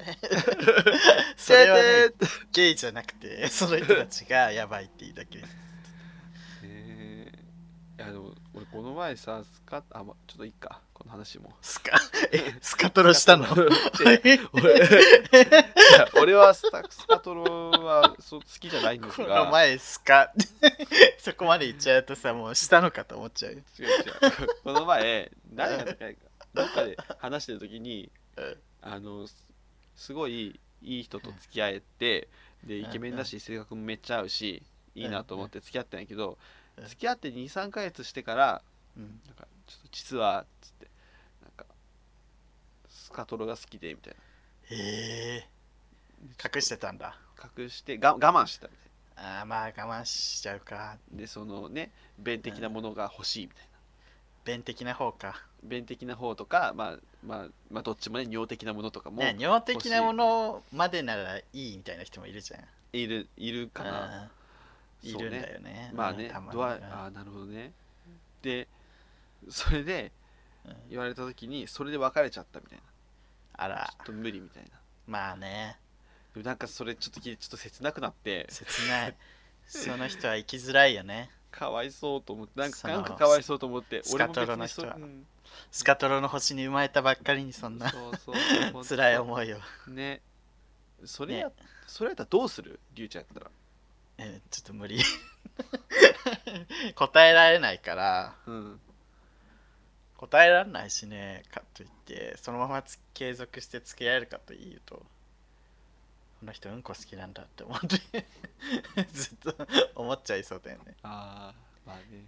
S1: それは、ね、ゲイじゃなくてその人たちがやばいって言うだけです
S2: えー、いやでも俺この前さスカあまちょっといいかこの話も
S1: スカえスカトロしたの
S2: 違う俺いや俺はスタスカトロはそう好きじゃないんです
S1: こ
S2: が
S1: の前スカそこまで言っちゃうとさもうしたのかと思っちゃうよ
S2: 違う違うこの前何やったかどっかで話してる時に
S1: うん
S2: あのすすごいいい人と付き合えてで
S1: うん
S2: イケメンだし性格もめっちゃ合うしいいなと思って付き合ったんやけど
S1: うん
S2: 付き合って23ヶ月してから
S1: うん
S2: なんかちょっと実はっつってなんかスカトロが好きでみたいな
S1: へえ隠してたんだ
S2: 隠してが我慢してたみたい
S1: あーまあ我慢しちゃうか
S2: なでそのね弁的なものが欲しいみたいな
S1: 弁的な方か
S2: 弁的な方とかまあまあまあどっちもね尿的なものとかも
S1: ね尿的なものまでならいいみたいな人もいるじゃん
S2: いるいるかな
S1: うんい
S2: そう
S1: るん
S2: ね
S1: だよね
S2: まあね
S1: うんた、まに
S2: ドア
S1: うん
S2: あーなるほどね。で、それで
S1: うん
S2: 言われた時に、それで別れちゃったみたいな。
S1: あら
S2: ちょっと無理みたいな。
S1: まあね
S2: でもなんかそれちょっと聞いてちょっと切なくなって、
S1: 切ないその人は生きづらいよね
S2: かわいそうと思って、なん
S1: そ
S2: か
S1: の
S2: なんかかわいそうと思って、
S1: ス
S2: 俺
S1: カ
S2: も
S1: ト
S2: 別
S1: ロの
S2: に
S1: 人
S2: そ
S1: は
S2: うん
S1: スカトロの星に生まれたばっかりにそんな
S2: そうそうそうほんと
S1: 辛い思いを、
S2: ね。それや、
S1: ね
S2: それやったらどうするリュウちゃんやったら。
S1: えちょっと無理 (laughs) 答えられないから
S2: うん。
S1: 答えられないしねかといってそのままつ継続して付き合えるかというとこの人うんこ好きなんだって思って (laughs) ずっと思っちゃいそうだよね
S2: ああ、まあね。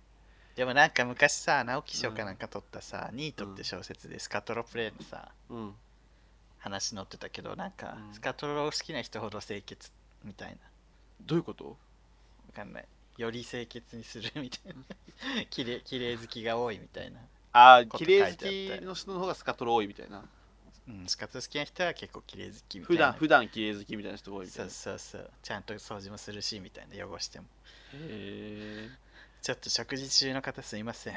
S1: でもなんか昔さ直木賞かなんか取ったさ、ニートって小説でスカトロプレイのさ
S2: うん。
S1: 話載ってたけどなんか
S2: うん
S1: スカトロ好きな人ほど清潔みたいな
S2: どういうこと
S1: わかんないより清潔にするみたいな (laughs) きれいきれい好きが多いみたいな、
S2: ああ、
S1: こと書い
S2: 綺
S1: てあっ
S2: 麗好
S1: て
S2: きの人の方がスカトロ多いみたいな。
S1: うん、スカトロ好きな人は結構きれい好きみた
S2: 普
S1: いな
S2: 段普段綺麗好きみたいな人多いみた
S1: そ
S2: いうな。
S1: そうそうちゃんと掃除もするしみたいな汚しても
S2: へえ。
S1: ちょっと食事中の方すいま (laughs) せん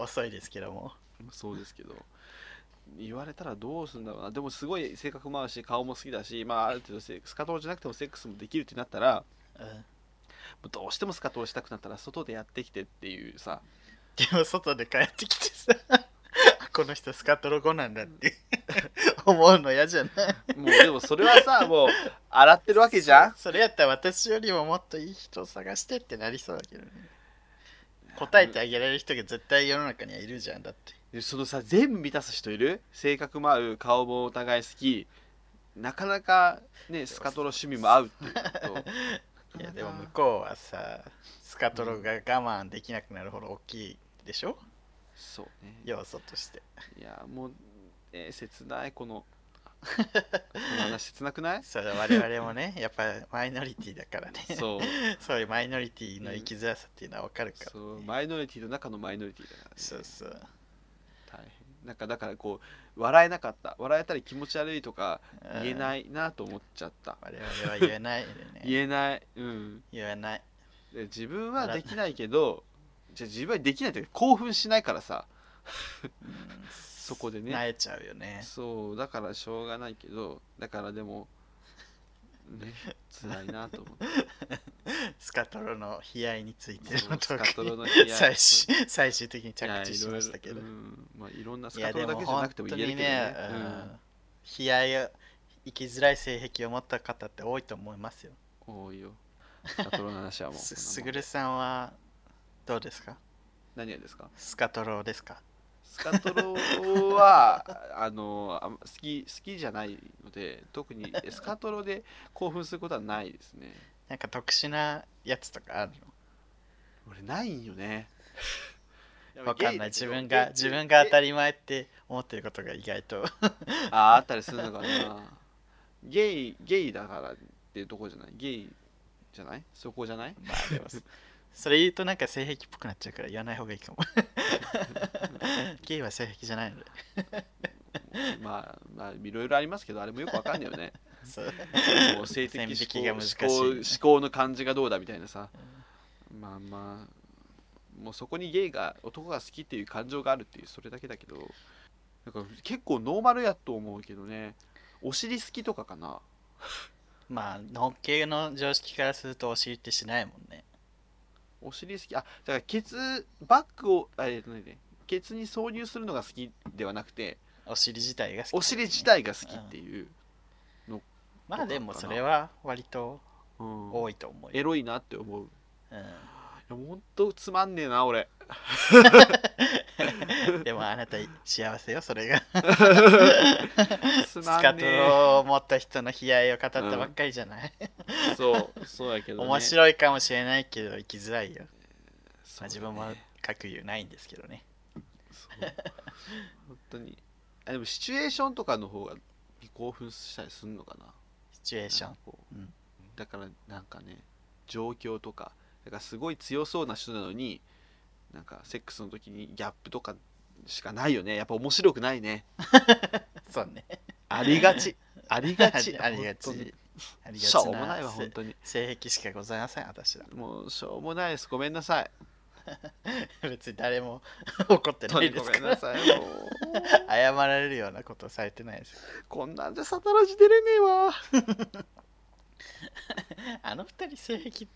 S1: 遅いですけども
S2: まあそうですけど言われたらどうするんだろうなでもすごい性格も合うし顔も好きだし、まあ、ある程度セスカトロじゃなくてもセックスもできるってなったら
S1: うん
S2: どうしてもスカトロしたくなったら外でやってきてっていうさ
S1: でも外で帰ってきてさ (laughs) この人スカトロ5なんだって思うの嫌じゃない
S2: もうでもそれは
S1: (laughs)
S2: さもう洗ってるわけじゃん
S1: それやったら私よりももっといい人を探してってなりそうだけどね答えてあげられる人が絶対世の中にはいるじゃんだって
S2: でそのさ全部満たす人いる性格も合う顔もお互い好きなかなかねスカトロ趣味も合うっていうこと
S1: いやでも向こうはさスカトロが我慢できなくなるほど大きいでしょ
S2: そうね
S1: 要素として
S2: いやもう、えー切ない
S1: (laughs)
S2: このこの話切なくない
S1: それは我々もねやっぱマイノリティだからね (laughs) そう
S2: そう
S1: いうマイノリティの生きづらさっていうのは分かるから、
S2: そうマイノリティの中のマイノリティだから、ね、
S1: そうそう
S2: 大変なんかだからこう笑えなかった笑えたり気持ち悪いとか
S1: うん
S2: 言えないなと思っちゃった、
S1: 我々は言えないよね
S2: 言えないうん
S1: 言えない
S2: で自分はできないけどじゃあ自分はできないって興奮しないからさ
S1: うん
S2: そこでね
S1: なえちゃうよね
S2: そうだからしょうがないけどだからでも
S1: (laughs)
S2: ね辛いなと思って
S1: スカトロの悲哀について
S2: そう
S1: のトークに
S2: スカトロの悲哀
S1: 最終最終的に
S2: いや
S1: 着地しましたけど
S2: いろいろうんまあいろんなス
S1: い
S2: カ
S1: や
S2: トロ
S1: で
S2: だ
S1: も
S2: けじゃな
S1: 本
S2: くて
S1: 当
S2: も言えるけ
S1: にね
S2: どね、
S1: うん悲哀を生きづらい性癖を持った方って多いと思いますよ
S2: うん多いよスカトロの話はもう
S1: す (laughs)
S2: そ
S1: す
S2: ん
S1: ぐ
S2: なもん
S1: るさんはどうですか
S2: 何がですか
S1: スカトロですか
S2: スカトロは (laughs) あのあんま好き好きじゃないので特にスカトロで興奮することはないですね
S1: なんか特殊なやつとかある
S2: 俺ないよね
S1: のわかんない自分が自分
S2: 当た
S1: が
S2: り
S1: 当たり前って思ってることが意外と
S2: あーあったりするのかなゲイゲイだからっていうとこじゃないゲイじゃないそこじゃない
S1: まあでも (laughs) それ言うとなんか性癖っぽくなっちゃうから言わない方がいいか
S2: (laughs)
S1: もゲイは性癖じゃないので
S2: まあまあいろいろありますけどあれもよくわかんな
S1: (laughs)
S2: いよね
S1: そう
S2: もう性的
S1: 線
S2: 思
S1: 引きが
S2: 考
S1: 難しい
S2: 思考思考の感じがどうだみたいなさまあまあもうそこにゲイが男が好きっていう感情があるっていうそれだけだけどなんか結構ノーマルやと思うけどねお尻好きとかかな
S1: まあのっけの常識からするとお尻ってしないもんね
S2: お尻好きあだからケツバッグをあえっとねケツに挿入するのが好きではなくて
S1: お尻自体が好き、
S2: お尻自体が好きっていう、
S1: まあでもそれは割と
S2: うん
S1: 多いと思う
S2: エ
S1: よ、
S2: ロいなって思うい
S1: うん
S2: やほんとつまんねえな
S1: (laughs)
S2: 俺
S1: でもあなた幸せよそ
S2: (laughs)
S1: れが
S2: つ
S1: ス
S2: ま
S1: カ
S2: ん
S1: ト
S2: ね
S1: ロを持った人の悲哀を語ったばっかりじゃない、
S2: えそうそうやけど、ね、
S1: 面
S2: い、
S1: 白いかもしれないけど生きづらいよ、まあ、
S2: そうだね
S1: 自分も各言うないんですけどね
S2: そう本当にあでもシチュエーションとかの方が興奮したりするのかな
S1: シチュエーショ
S2: なん
S1: ン
S2: かこう
S1: うん
S2: だからなんかね状況とかだからすごい強そうな人なのになんかセックスの時にギャップとかしかないよねやっぱ面白くないね
S1: そうね
S2: ありが
S1: (laughs)
S2: ちありがち
S1: ありが
S2: 本当に
S1: ちありがち
S2: しょうもないわ本
S1: せ
S2: 当に
S1: 性癖しかございません私ら (laughs)
S2: もうしょうもないですごめんなさい
S1: 別に誰も (laughs) 怒ってな
S2: 本当
S1: い
S2: に
S1: で
S2: ご
S1: すか
S2: めんな
S1: ら
S2: さいもう
S1: 謝られるようなことされてないです
S2: こんなんじゃサタラジ出れねえわ
S1: あの二人性癖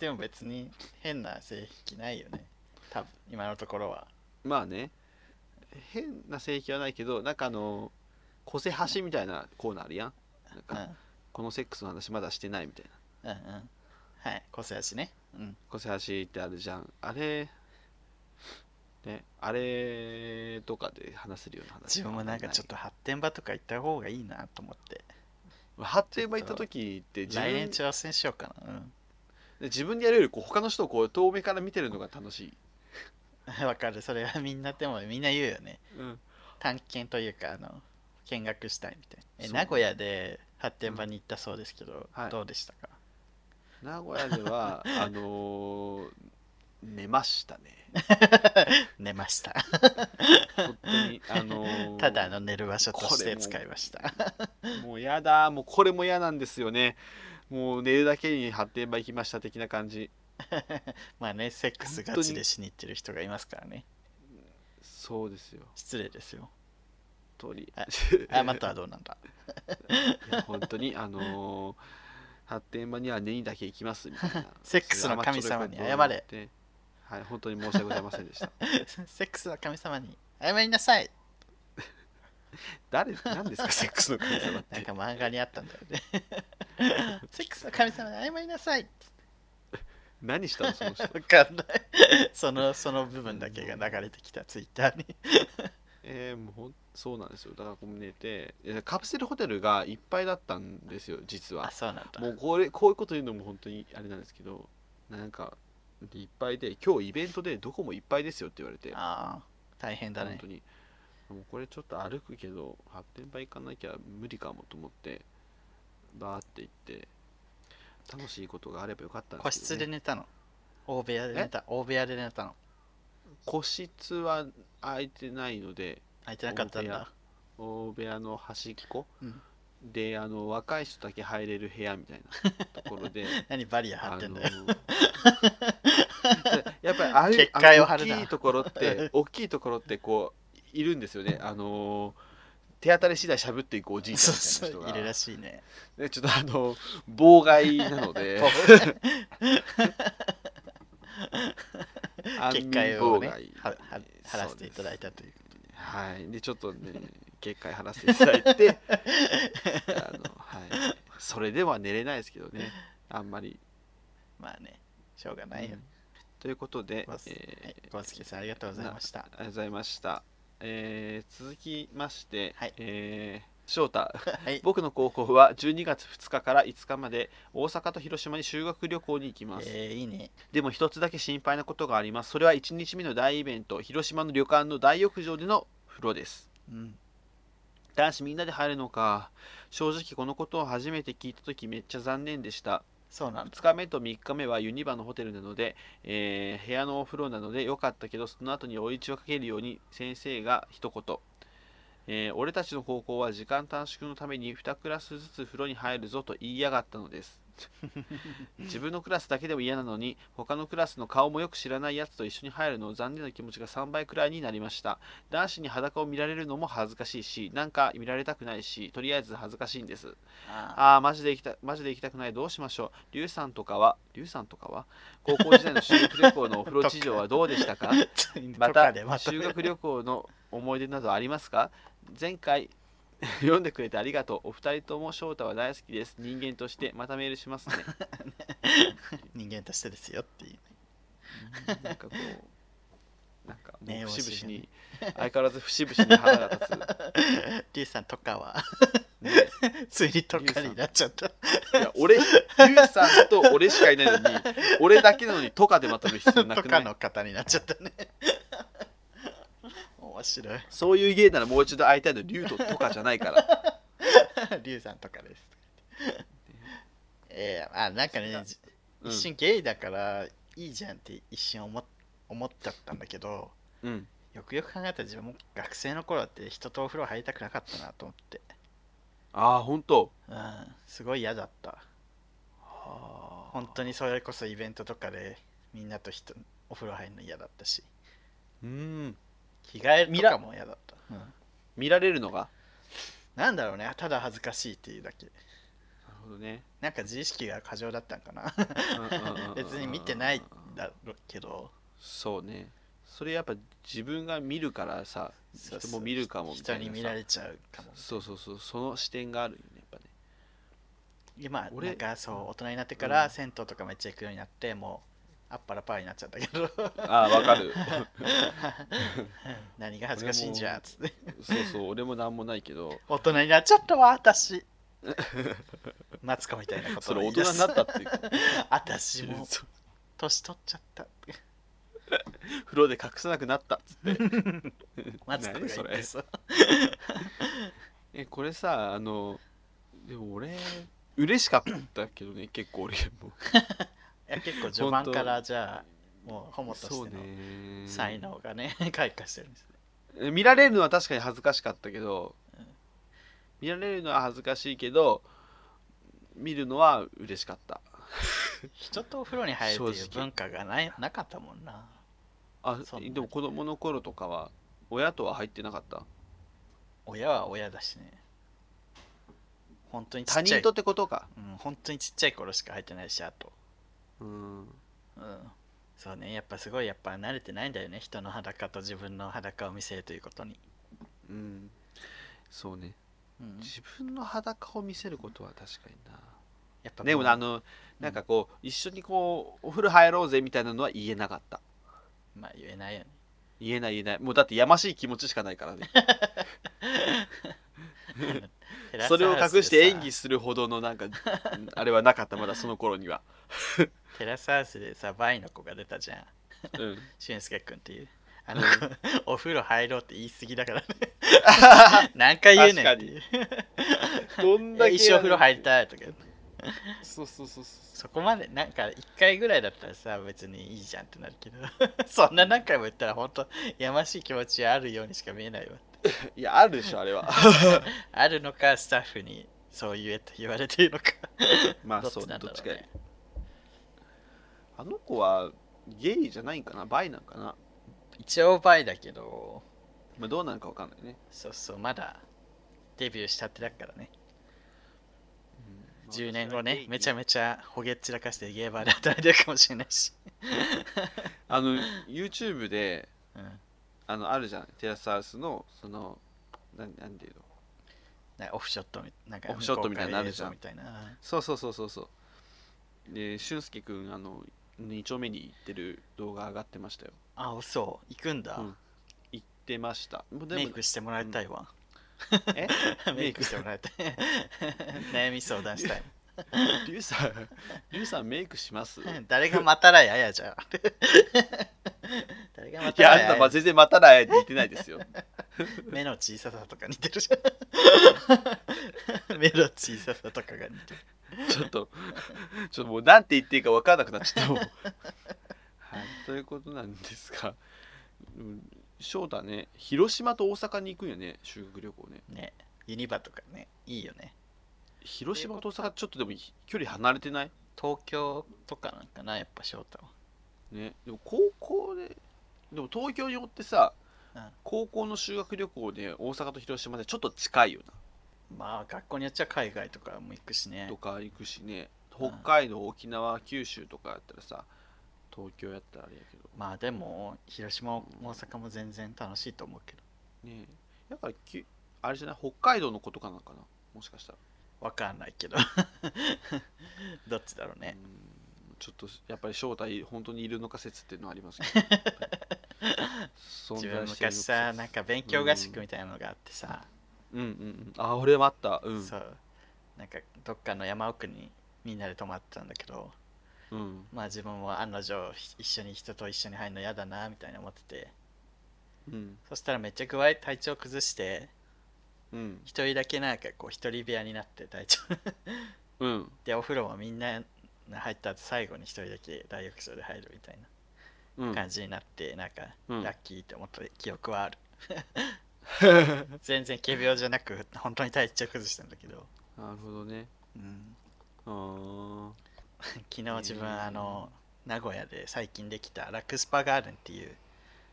S1: でも別に変な性癖ないよね多分今のところは
S2: まあね変な性癖はないけどなんかあの個性端みたいなコーナーあるやんなん
S1: うん
S2: かこのセックスの話まだしてないみたいな
S1: うんうんはい個性足ねうん
S2: 個性端ってあるじゃんあれねあれとかで話せるような話
S1: 自分もなんかちょっと発展場とか行った方がいいなと思って
S2: と発展場行った時って自
S1: 来年
S2: 分
S1: 挑戦しようかなう
S2: 自分でやるよりこう他の人をこう遠目から見てるのが楽しい、
S1: ん (laughs) わかるそれはみんなでもみんな言うよね
S2: うん、
S1: 探検というかあの見学したいみたいなえ
S2: そう
S1: 名古屋で発展場に行ったそうですけど、
S2: はい
S1: どうでしたか
S2: 名古屋で
S1: (laughs)
S2: はあのー寝ましたね
S1: 寝ました
S2: 本当にあのー
S1: (laughs) ただあの寝る場所とし
S2: これ
S1: て
S2: も
S1: 使いました
S2: もうやだもうこれも嫌なんですよねもう寝るだけに発展場行きました的な感じ
S1: まあね、セックスガチでしに行ってる人がいますからね。
S2: そうですよ
S1: 失礼ですよ。
S2: 本当に
S1: ああなたはどうなんだ (laughs)
S2: いや本当にあのー発展場には寝にだけ行きますみたいな
S1: (laughs) セックスの神様に謝れ
S2: はい本当に申し訳ございませんでした (laughs)
S1: セックスは神様に謝りなさい
S2: 誰何ですか (laughs) セックスの神様っ
S1: なん
S2: て
S1: か漫画にあったんだよね。 (laughs) セックスの神様に謝りなさい
S2: 何した
S1: (laughs)
S2: のその人
S1: わかんない。その、その部分だけが流れてきたツイッターに。
S2: えー、もうほんそうなんですよだからこう寝てえカプセルホテルがいっぱいだったんですよ実は
S1: あ、そうなんだ。
S2: もうこれこういうこと言うのも本当にあれなんですけどなんかいっぱいで今日イベントでどこもいっぱいですよって言われて
S1: ああ、大変だ
S2: 本
S1: ね
S2: 当。にもうこれちょっと歩くけど発展場行かなきゃ無理かもと思ってバーって行って楽しいことがあればよかったん
S1: 個
S2: ですけ
S1: 室
S2: ど、
S1: で
S2: ね、
S1: 寝たの。大部屋で寝た。大部屋で寝たの。
S2: 個室は空いてないので
S1: 空いてなかったん
S2: 大部
S1: だ
S2: 屋。大部屋の端っこ、
S1: うん
S2: であの若い人だけ入れる部屋みたいなところ
S1: (laughs)
S2: で
S1: 何バリア張
S2: あ
S1: ってん
S2: の
S1: だよ。
S2: やっぱりああいう
S1: 結界を張
S2: あ
S1: る
S2: の
S1: な (laughs)
S2: 大きいところって大きいところってこういるんですよねあのー手当たり次第喋っていくお
S1: (laughs)
S2: じいち
S1: そ
S2: ゃ
S1: うん
S2: みたいな
S1: そういるらし
S2: 人が
S1: いね
S2: ね、ちょっとあの妨害な
S1: (laughs)
S2: ので安
S1: 結
S2: 眠
S1: 界をね
S2: 妨害
S1: はは晴らせていただいた
S2: そう
S1: ということ
S2: ですはいでちょっとね結界晴らせていただ
S1: (laughs)
S2: いてあの、はい、それでは寝れないですけどねあんまり、
S1: まあねしょうがないよ
S2: うん、ということで、
S1: ますは
S2: え
S1: いゴンスケさんありがとうございました
S2: ーありがとうございました、えー続きまして、
S1: はい
S2: えー翔太 (laughs)
S1: はい
S2: 僕の高校は12月2日から5日まで大阪と広島に修学旅行に行きます、
S1: えー、いいね
S2: でも一つだけ心配なことがありますそれは1日目の大イベント広島の旅館の大浴場での風呂です
S1: うん
S2: 男子みんなで入るのか正直このことを初めて聞いた時めっちゃ残念でした
S1: そうなんだ
S2: 2日目と3日目はユニバのホテルなので、えー部屋のお風呂なので良かったけどその後に追い打ちをかけるように先生が一言、えー俺たちの高校は時間短縮のために2クラスずつ風呂に入るぞと言いやがったのです自分のクラスだけでも嫌なのに他のクラスの顔もよく知らないやつと一緒に入るの残念な気持ちが3倍くらいになりました男子に裸を見られるのも恥ずかしいしなんか見られたくないしとりあえず恥ずかしいんです
S1: あ
S2: ああ、マジで行きた、マジで行きたくない。どうしましょう。リュウさんとかは、リュウさんとかは、高校時代の修学旅行のお風呂事情はどうでしたか
S1: ー (laughs)
S2: ま
S1: とか
S2: た
S1: でま、た
S2: 修学旅行の思い出などありますか前回、 (laughs) 読んでくれてありがとう。お二人とも翔太は大好きです。人間として、またメールしますね。
S1: 人間としてですよっていう
S2: なんかこう、な
S1: (laughs)
S2: んかも
S1: ね
S2: う節々に、
S1: 面
S2: 相変わらず節々に腹が
S1: (laughs)
S2: 立つ。
S1: リュウさんとかは
S2: ね、
S1: (laughs) ついにとかになっちゃった
S2: いや俺、リュウさんと俺しかいないのに、俺だけなのに、とかでまとめる必要な
S1: (laughs) と
S2: くな
S1: か
S2: い
S1: の方になっちゃったね (laughs) 面白い (laughs)
S2: そういう芸ならもう一度会いたいの竜ととかじゃないから。
S1: リュウさんとかですえー、あなんかねじ
S2: うん
S1: 一瞬ゲイだからいいじゃんって一瞬思っ思っちゃったんだけど
S2: うん。
S1: よくよく考えたら自分も学生の頃だって人とお風呂入りたくなかったなと思って
S2: ああ、本当。
S1: うんすごい嫌だった本
S2: 本
S1: 当にそれこそイベントとかでみんなと人お風呂入るの嫌だったし
S2: 当。うん。
S1: 着替えとかも嫌だった、うん
S2: 見られるのが。
S1: なんだろうねただ恥ずかしいっていうだけ
S2: なるほどね。
S1: なんか自意識が過剰だったんかな別
S2: 別
S1: に見てないんだろうけど
S2: そうね。それやっぱ自分が見るからさ、
S1: そう
S2: 人
S1: そう
S2: も見るかもみ
S1: 人
S2: たいな
S1: に
S2: さ。
S1: 見られちゃうかも
S2: そうそうそう、その視点があるよね、やっぱね。
S1: 今
S2: 俺
S1: なんかそう大人になってか
S2: う
S1: ら
S2: ん
S1: 銭湯とかめっちゃ行くようになってもうあっぱらパーになっちゃったけ
S2: (laughs)
S1: ど
S2: ああ、わかる。 (laughs)
S1: 何が恥ずかしいんじゃっつって
S2: そうそう、俺もなんもないけど、
S1: 大人になっちゃったわ
S2: (laughs)
S1: 私マツコみたいなこと
S2: そ
S1: を
S2: れ
S1: 言
S2: 大
S1: い出
S2: 人
S1: す
S2: になったっていう。
S1: (laughs) 私も年取っちゃった
S2: 風呂で隠さなくなったっつって。
S1: マツコが言ってそう
S2: えこれさあのでも俺嬉しかったけ
S1: (coughs)
S2: どね結構俺も
S1: いや結構序盤からじゃあ
S2: う
S1: もうホモとしての
S2: そうね
S1: 才能がね (laughs) 開花してるんですね
S2: え見られるのは確かに恥ずかしかったけど、
S1: うん
S2: 見られるのは恥ずかしいけど見るのは嬉しかった
S1: 人とお風呂に入るってい
S2: 正
S1: う
S2: 直
S1: 文化がないなかったもんな
S2: あ
S1: そうね
S2: でも子供の頃とかは親とは入ってなかった
S1: 親は親だしね本当にち
S2: 他
S1: っちゃ
S2: 人
S1: い
S2: とってことか
S1: うん、本当にちっちゃい頃しか入ってないしあと、
S2: うん
S1: うん、そうねやっぱすごいやっぱ慣れてないんだよね人の裸と自分の裸を見せるということに、
S2: うんそうね
S1: うん、
S2: 自分の裸を見せることは確かにな
S1: やっぱ
S2: でもねあのなんかこう、一緒にこうお風呂入ろうぜみたいなのは言えなかった
S1: まあ言えないよね
S2: 言えない言えないもうだってやましい気持ちしかないか
S1: (laughs)
S2: らね
S1: テラスハウ
S2: そ
S1: スで
S2: れを
S1: さ
S2: 隠して演技するほどのなんか (laughs) あれはなかったまだその頃には、
S1: テラスハウスでさバイの子が出たじゃん (laughs)
S2: うん、
S1: 俊介君っていう
S2: (laughs)
S1: あの子お風呂入ろうって言い過ぎだからね (laughs) 何回言うねんっていう
S2: どんだけ
S1: 一生お風呂入りたいとか
S2: そうそうそうそ
S1: そこまでなんか一回ぐらいだったらさ別にいいじゃんってなるけど (laughs) そんな何回も言ったら本当やましい気持ちあるようにしか見えないわ
S2: ういやあるでしょあれは (laughs)
S1: あるのかスタッフにそう言えと言われているのか
S2: (laughs) まあ
S1: どっち
S2: そう
S1: な
S2: ど
S1: んだろ
S2: っち
S1: う
S2: か
S1: ね
S2: あの子はゲイじゃないんかなバイなんかな
S1: 一応バイだけど
S2: まあ、どうなるかわかんないね。
S1: そうそう、まだデビューしたってだからね。
S2: うん
S1: 10年後ね、めちゃ
S2: ち
S1: めちゃほげっちらかしてゲーバーで働いてるかもしれないし。 (laughs)
S2: ゃ。あの、YouTube で、
S1: うん。
S2: あの、あるじゃん。テラスハウスの、その、なんなんていうの
S1: なんかオフショットみなんか
S2: オフショットみたいになるじゃん
S1: 向こうから映像みたいな。
S2: そうそうそうそうそう。で、俊介くん、あの、2丁目に行ってる動画上がってましたよ。
S1: あ、そう、行くんだ。
S2: うん行ってました。もうでも
S1: メイクしてもらいたいわ。
S2: え
S1: (laughs) メイクしてもらいたい。 (laughs) 悩み相談 (laughs) したい。
S2: (laughs) リュウさん、リュウさんメイクしますい
S1: 誰がまたらいあやじゃん。誰がまた
S2: や、
S1: らい
S2: あん
S1: あ
S2: た
S1: や
S2: ま全然またないって言ってないで
S1: (laughs)
S2: すよ。
S1: 目の小ささとか似てるじゃん。 (laughs) 目の小ささとかが似てる。
S2: ちょっと、ちょっともうなんて言っていいか分からなくなっち
S1: (laughs)
S2: ゃったもん。はい、ということなんですが、うん翔太ね、広島と大阪に行くんよね、修学旅行ね。
S1: ね、ユニバとかね、いいよね。
S2: 広島と大阪、ちょっとでも距離離れてない
S1: 東京とかなんかな、やっぱ翔太は。
S2: ね、でも高校で、でも東京によってさ、
S1: うん
S2: 高校の修学旅行で大阪と広島でちょっと近いよ
S1: まあ、学校によっちゃ海外とかも行くし
S2: な、
S1: ね
S2: と。か行くしね、
S1: う
S2: 北
S1: ん
S2: 海道、沖縄、九州とかやったらさ、東京やったらあれやけど。
S1: まあでも、広島も大阪も全然楽しいと思うけど。
S2: ねえだからきあれじゃない北海道のことかなんかなもしかしたら、
S1: わかんないけど。 (laughs) どっちだろうね。
S2: うんちょっとやっぱり正体本当にいるのか説っていうのはありますけ
S1: (laughs)
S2: どやっぱり存在し
S1: 自
S2: ているの
S1: 分
S2: か説
S1: 昔さ、なんか勉強合宿みたいなのがあってさ、
S2: うんうんうんあ俺もあったうん
S1: そう、なんかどっかの山奥にみんなで泊まってたんだけど、
S2: うん
S1: まあ自分も案の定ひ一緒に人と一緒に入るの嫌だなみたいな思ってて
S2: うん
S1: そしたらめっちゃ具合体調崩して
S2: うん
S1: 一人だけなんかこう一人部屋になって体調
S2: うん
S1: (laughs) でお風呂もみんな入った後最後に一人だけ大浴場で入るみたい
S2: うん
S1: な感じになって、なんか
S2: うん
S1: ラッキーって思った記憶はあ
S2: (laughs)
S1: る全然仮病じゃなく本当に体調崩したんだけど、
S2: なるほどね
S1: うん、
S2: あー
S1: 昨日自分
S2: へー
S1: あの名古屋で最近できたラクスパガーデンっていう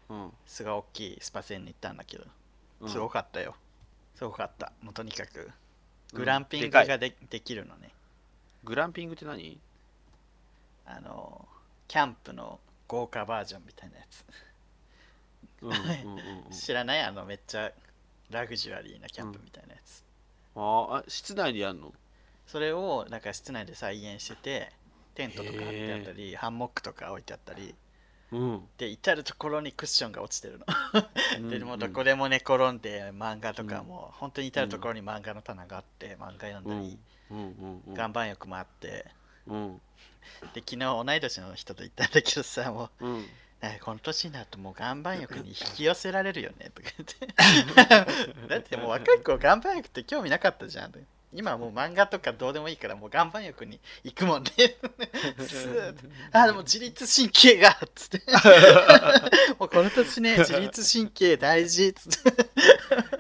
S2: うん
S1: すごい大きいスパ船に行ったんだけど
S2: うん
S1: すごかったよ。すごかった。もうとにかく、
S2: うん
S1: グランピング
S2: でかい
S1: がでできるのね。
S2: グランピングって何
S1: あの、キャンプの豪華バージョンみたいなやつ。
S2: うんうんうんうん
S1: 知らないあの、めっちゃラグジュアリーなキャンプみたいなやつ。
S2: あーあ室内でやるの
S1: それを、なんか室内で再現してて、テントとか張ってあったり、ハンモックとか置いてあったり、
S2: うん
S1: で、至る所にクッションが落ちてるの。で、もうどこ
S2: で
S1: でも寝転んで、漫画とかも、本当に至る所に漫画の棚があって、漫画読ん
S2: う
S1: だ
S2: ん
S1: り、
S2: うんうんうん
S1: 岩盤浴もあって、
S2: うん
S1: で昨日同い年の人と行ったんだけどさも
S2: うん
S1: うなんかこの年になるともう岩盤浴に引き寄せられるよねと
S2: (laughs)
S1: か言ってだってもう若い子岩盤浴って興味なかったじゃん今はもう漫画とかどうでもいいからもう岩盤浴に行くも
S2: (laughs)
S1: んねスーッとあでも自律神経がっつってもうこの年ね自律神経大事っつって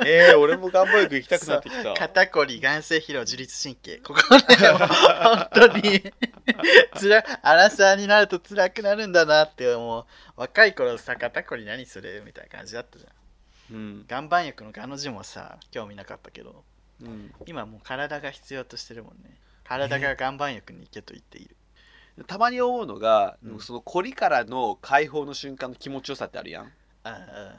S2: ええ俺も頑張浴行きたくなってきた。
S1: 肩こり眼性疲労自律神経ここねもう本当に (laughs) つらアラサーになると辛くなるんだなって思う若い頃さ肩こり何するみたいな感じだったじゃん
S2: うん。
S1: 岩盤浴のガの字もさ興味なかったけど
S2: うん
S1: 今もう体が必要としてるもんね体が岩盤浴に行けと言っている、
S2: たまに思うのが、
S1: うん
S2: その凝りからの解放の瞬間の気持ちよさってあるやん。
S1: ああ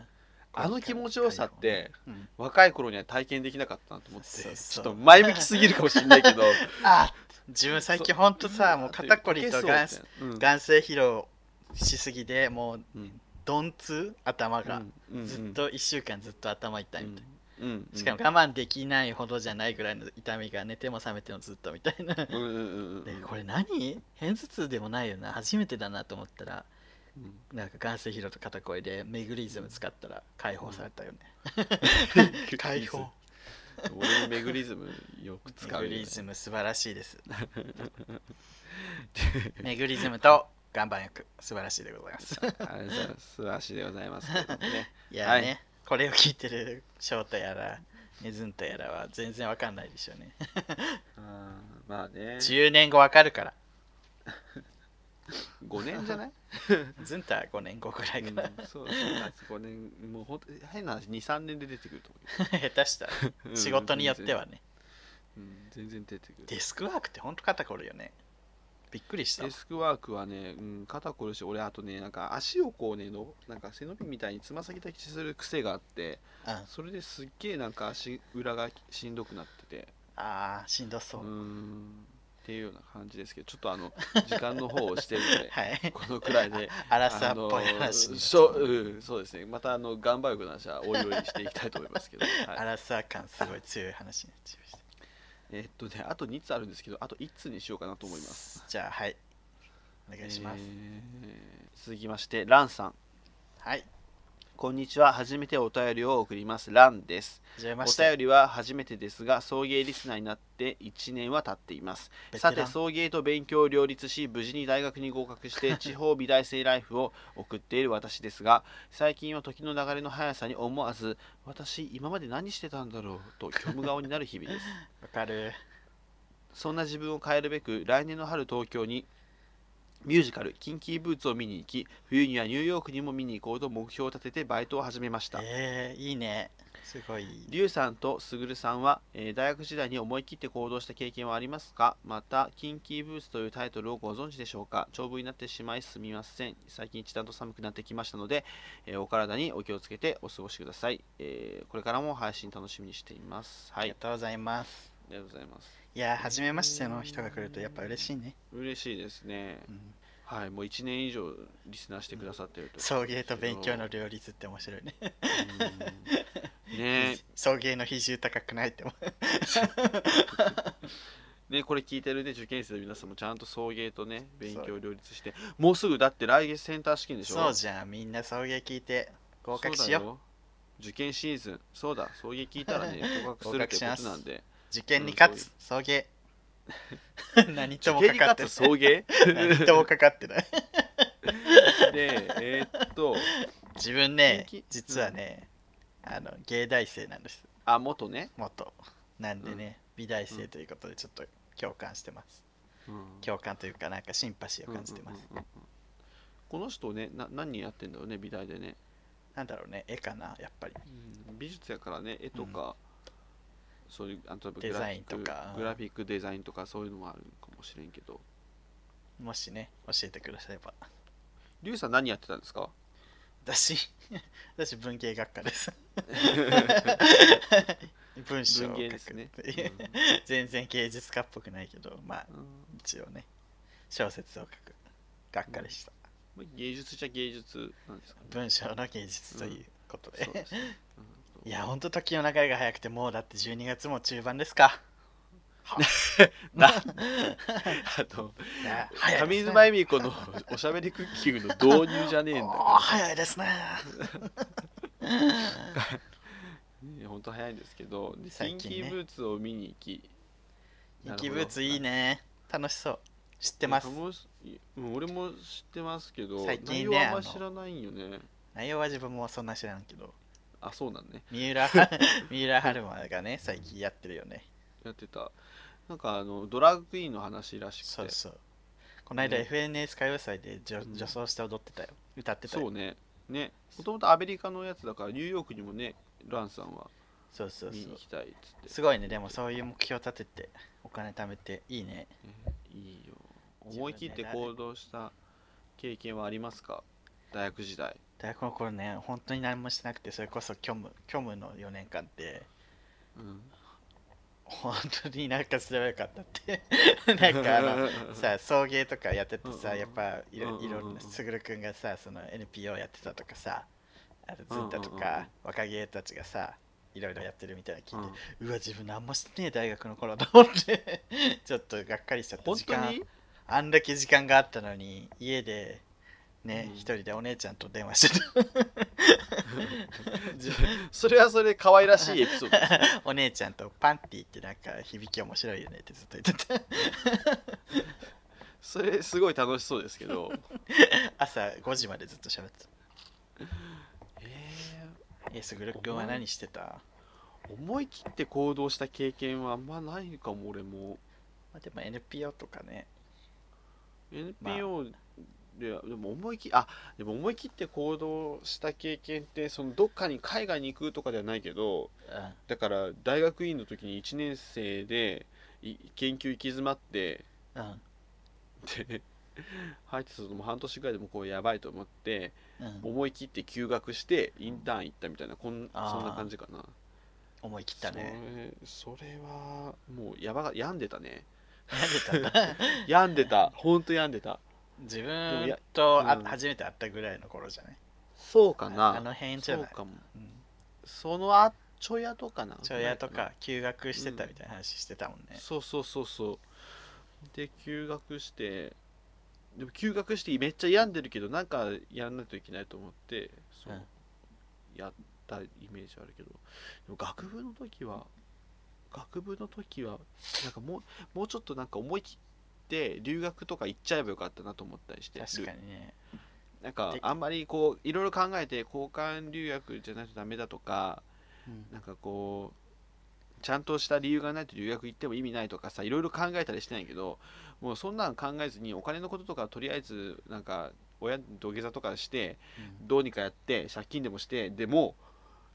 S2: あの気持ちよさって、
S1: うん
S2: 若い頃には体験できなかったなと思って、
S1: そう
S2: ち
S1: そ
S2: ょっ
S1: う
S2: と前向きすぎるかもしれないけど。
S1: あ自分最近ほんとさもう肩こりと
S2: が
S1: 眼眼性疲労しすぎでもう
S2: うん
S1: 鈍痛頭が、
S2: うん
S1: ずっと1週間ずっと頭痛いみたいな、
S2: うんうん
S1: しかも我慢できないほどじゃないぐらいの痛みが寝ても覚めてもずっとみたいな。で
S2: うんうんうんうん
S1: これ何偏頭痛でもないよな初めてだなと思ったら
S2: うん
S1: なんか眼性疲労と肩こりでメグリズム使ったら解放されたよね。 (laughs) 解放。
S2: 俺もメグリズムよく使
S1: メ
S2: う
S1: グ
S2: よね、
S1: リズム素晴らしいです。メグリズムと岩盤浴素晴らしいでございます。
S2: あれさ素晴らしいでございますけども
S1: (laughs)
S2: ね。
S1: いやーね、これを聞いてる翔太やらネズンタやらは全然わかんないでしょうね。
S2: うんまあね。
S1: 10年後わかるから。
S2: 5年
S1: (laughs)
S2: じゃない
S1: ずんた5年後くらいかな。
S2: うんそうそうなんです5年もうほんと変な話23年で出てくると思うけ
S1: 下手したら
S2: ど、う
S1: (laughs)
S2: ん
S1: 仕事によってはね。
S2: 全然,うん、全然出てくる
S1: デスクワークってほんと肩こるよね。びっくりした
S2: デ。スクワークはね、うん、肩こるし俺あとねなんか足をこうねのなんか背伸びみたいにつま先立ちする癖があって
S1: うん、あ
S2: それですっげえなんか足裏がしんどくなってて
S1: あー、しんど
S2: う
S1: そう。
S2: んっていうような感じですけどちょっとあの (laughs) 時間の方をしてるの
S1: (laughs)
S2: で (laughs)
S1: はい。
S2: このくらいで。
S1: アラサーっぽい話
S2: あ
S1: に
S2: の
S1: なっ
S2: し
S1: ちゃ
S2: ょ
S1: った。
S2: うん、そうですねまたあの岩盤浴の話はおいおいしていきたいと思いま
S1: (laughs)
S2: すけど、
S1: ア
S2: はい、
S1: ラサー感すごい強い話になっちゃいました。
S2: えーっとねあと2つあるんですけどあと1つにしようかなと思います
S1: じゃあ、はい。お願いします。
S2: えー続きましてランさん
S1: はい。
S2: こんにちは初めてお便りを送りますランです
S1: じゃあ、まし
S2: お
S1: て。
S2: 便りは初めてですが送迎リスナーになって1年は経っています
S1: ベテラ
S2: さ
S1: ン
S2: て送迎と勉強を両立し無事に大学に合格し
S1: (laughs)
S2: て地方美大生ライフを送っている私ですが最近は時の流れの速さに思わず私今まで何してたんだろうと虚無顔になる日々です
S1: (laughs) わかる。
S2: そんな自分を変えるべく来年の春東京にミュージカル「キンキーブーツ」を見に行き冬にはニューヨークにも見に行こうと目標を立ててバイトを始めました
S1: えー、いいね。すごい。
S2: リュウさんとスグルさんは、えー大学時代に思い切って行動した経験はありますかまた、キンキーブーツというタイトルをご存知でしょうか長文になってしまいすみません。最近一段と寒くなってきましたので、えーお体にお気をつけてお過ごしください、えーこれからも配信楽しみにしています。
S1: あ
S2: はい、
S1: りが
S2: あ
S1: とうございます。
S2: りがとうございます。
S1: いやー、初めましての人が来るとやっぱ嬉しいね。
S2: 嬉しいですね。
S1: うん
S2: はい、もう1年以上リスナーしてくださっていると。
S1: 送迎と勉強の両立って面白いね。
S2: うんね
S1: 送迎の比重高くないって思う。
S2: ね、これ聞いてるね、受験生の皆さんもちゃんと送迎とね、勉強を両立して、もうすぐだって来月センター試験でしょ
S1: そうじゃん、みんな送迎聞いて合格しよう。
S2: そうだ受験シーズン、そうだ、送迎聞い
S1: (laughs)
S2: たらね、合格するってことなんで。
S1: 受験に勝つ、送迎。
S2: (laughs)
S1: 何とも
S2: 受験
S1: か
S2: に
S1: かって
S2: 勝つ
S1: ない
S2: 送迎
S1: 何ともかかってない。
S2: (laughs) で、えーっと、
S1: 自分ね
S2: 元気、
S1: 実はね、あの、芸大生なんです。
S2: あ、元ね、
S1: 元。なんでね、美大生ということでちょっと共感してます。共感というか、なんかシンパシーを感じてます。
S2: うんうんうんうんこの人ね、な何やってんだろうね、美大でね。
S1: なんだろうね、絵かな、やっぱり。
S2: 美術やからね、絵とか、そういう、あとグラフィック
S1: デザインとか
S2: グラフィックデザインとか、そういうのもあるかもしれんけど。
S1: もしね、教えてくだされば。
S2: リュウさん何やってた
S1: (laughs)
S2: んですか
S1: 私、私文系学科です。文章を書
S2: 文
S1: く
S2: 系
S1: っ
S2: です
S1: て
S2: ね
S1: いう、 (laughs) 全然芸術家っぽくないけど、まあ、
S2: うん
S1: 一応ね、小説を書く学科でした。
S2: まあ芸術じゃ芸術なんですかね。
S1: 文章の芸術ということで。
S2: そうですね。うん
S1: (laughs) いや、ほんと時の流れが早くて、もうだって12月も中盤ですか。は
S2: (laughs)
S1: (laughs)
S2: なあと、
S1: いや早い
S2: 上
S1: ですね。
S2: 沼恵美子のおしゃべりクッキングの導入じゃねえん
S1: (laughs) お
S2: だ
S1: ー
S2: か
S1: 早いです
S2: (laughs)
S1: ね。
S2: ら、ね、ほんと早いんですけど、で
S1: 最
S2: 近
S1: 近
S2: キ
S1: ね
S2: ーブーツを見に行き、
S1: 人気ブーツいいね。楽しそう。知ってます。
S2: いや楽しいうん俺も知ってますけど、
S1: 最近ね
S2: 内容あん
S1: あの
S2: ま知らないんよね。
S1: 内容は自分もそんな知らんけど。
S2: あ、そうなんね。
S1: 三
S2: (laughs)
S1: 浦は三浦春馬がね、最近やってるよね。
S2: やってた。なんかあのドラッグクイーンの話らしくて。
S1: そうそう。この間
S2: ね
S1: FNS 歌謡祭で女
S2: うん
S1: 女装して踊ってたよ。歌ってた
S2: そ
S1: よ
S2: う。ね。ね。もともとアメリカのやつだから、ニューヨークにもね、ランさんは
S1: そうそう
S2: 見に
S1: そう
S2: 行。きたいっつって。
S1: すごいね、でもそういう目標立てて、お金貯めていいね。
S2: いいよ。思い切って行動した経験はありますか大学時代。
S1: 大学の頃ね、本当に何もしてなくて、それこそ虚無虚無の4年間って、 (laughs)
S2: うん。
S1: 本当になんかすればよかった
S2: (laughs)
S1: って。なんかあの、さ送迎とかやってて
S2: うんうん
S1: さ、
S2: うん
S1: やっぱいろ
S2: うんうんうん
S1: いろすぐるくんがさその NPO やってたとかさあと
S2: うん
S1: ず
S2: うんうん
S1: んたとか若芸たちがさいろいろやってるみたいなの聞いて、うわ自分何もしてねえ大学の頃と思って (laughs) ちょっとがっかりしちゃった
S2: 本
S1: 時
S2: 当
S1: 間
S2: に
S1: あんだけ時間があったのに家でね
S2: うん
S1: 一人でお姉ちゃんと電話
S2: (laughs)
S1: して
S2: それはそれ可愛らしいエピソ
S1: (laughs)
S2: ード。
S1: たお姉ちゃんとパンティってなんか響き面白いよねってずっと言ってた (laughs)
S2: それすごい楽しそうですけど。
S1: (laughs) 朝5時までずっと喋ってた
S2: え
S1: えすぐるくんは何してた
S2: ー思い切って行動した経験はあんまないかも俺も。
S1: まあ、でも NPO とかね、
S2: NPO いやでも思い切あでも思い切って行動した経験ってそのどっかに海外に行くとかではないけど
S1: うん
S2: だから大学院の時に1年生でい研究行き詰まって
S1: うん
S2: で (laughs) 入ってたのも半年ぐらいでもうこうやばいと思って
S1: うん
S2: 思い切って休学してインターン行ったみたいなこん
S1: あー
S2: そんな感じかな
S1: 思い切ったね
S2: それそれはもうやばが病んでたね
S1: やめたんだ
S2: (laughs) 病んでたほんと病んでた
S1: 自
S2: でもい
S1: 分
S2: や
S1: とあ
S2: うん
S1: 初めて会ったぐらいの頃じゃない
S2: そうか
S1: あ
S2: な
S1: の辺じ
S2: そ
S1: ゃ
S2: う
S1: ない
S2: かも
S1: うん
S2: そのあちょやとかな
S1: ちょやとか休学してたみたいな話してたもんね
S2: そうそうそうそうで休学してでも休学してめっちゃ病んでるけどなんかやらないといけないと思ってそう、
S1: うん
S2: やったイメージあるけどでも学部の時は学部の時はなんかもうもうちょっとなんか思い切って留学とか行っちゃえばよかったなと思ったりして
S1: 確かにね
S2: なんか
S1: で
S2: あんまりこういろいろ考えて交換留学じゃないとダメだとかなんかこうちゃんとした理由がないと留学行っても意味ないとかさいろいろ考えたりしてないけどもうそんなん考えずにお金のこととかとりあえずなんか親に土下座とかして
S1: うん
S2: どうにかやって借金でもしてでも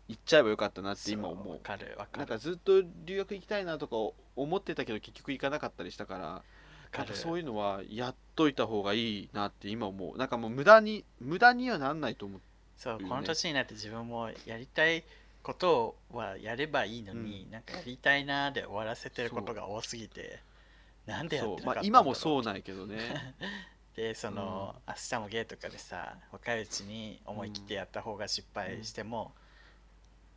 S2: 行っちゃえばよかったなって今
S1: そう
S2: 思う
S1: わかるわか
S2: なん
S1: るわ
S2: かずっと留学行きたいなとか思ってたけど結局行かなかったりしたから
S1: か
S2: なん
S1: る
S2: かそういうのはやっといた方がいいなって今思うなんかもう無駄に無駄にはなんないと思う
S1: そう
S2: いいね
S1: この年になって自分もやりたいことはやればいいのに、なんかやりたいなーで終わらせてることが多すぎてなんでやって
S2: そ
S1: な
S2: う、
S1: か
S2: ま
S1: った、んだ
S2: あ
S1: ろ
S2: 今もそううないけ
S1: (laughs)
S2: どね
S1: でその、明日もゲーとかでさ若いうちに思い切ってやった方が失敗しても、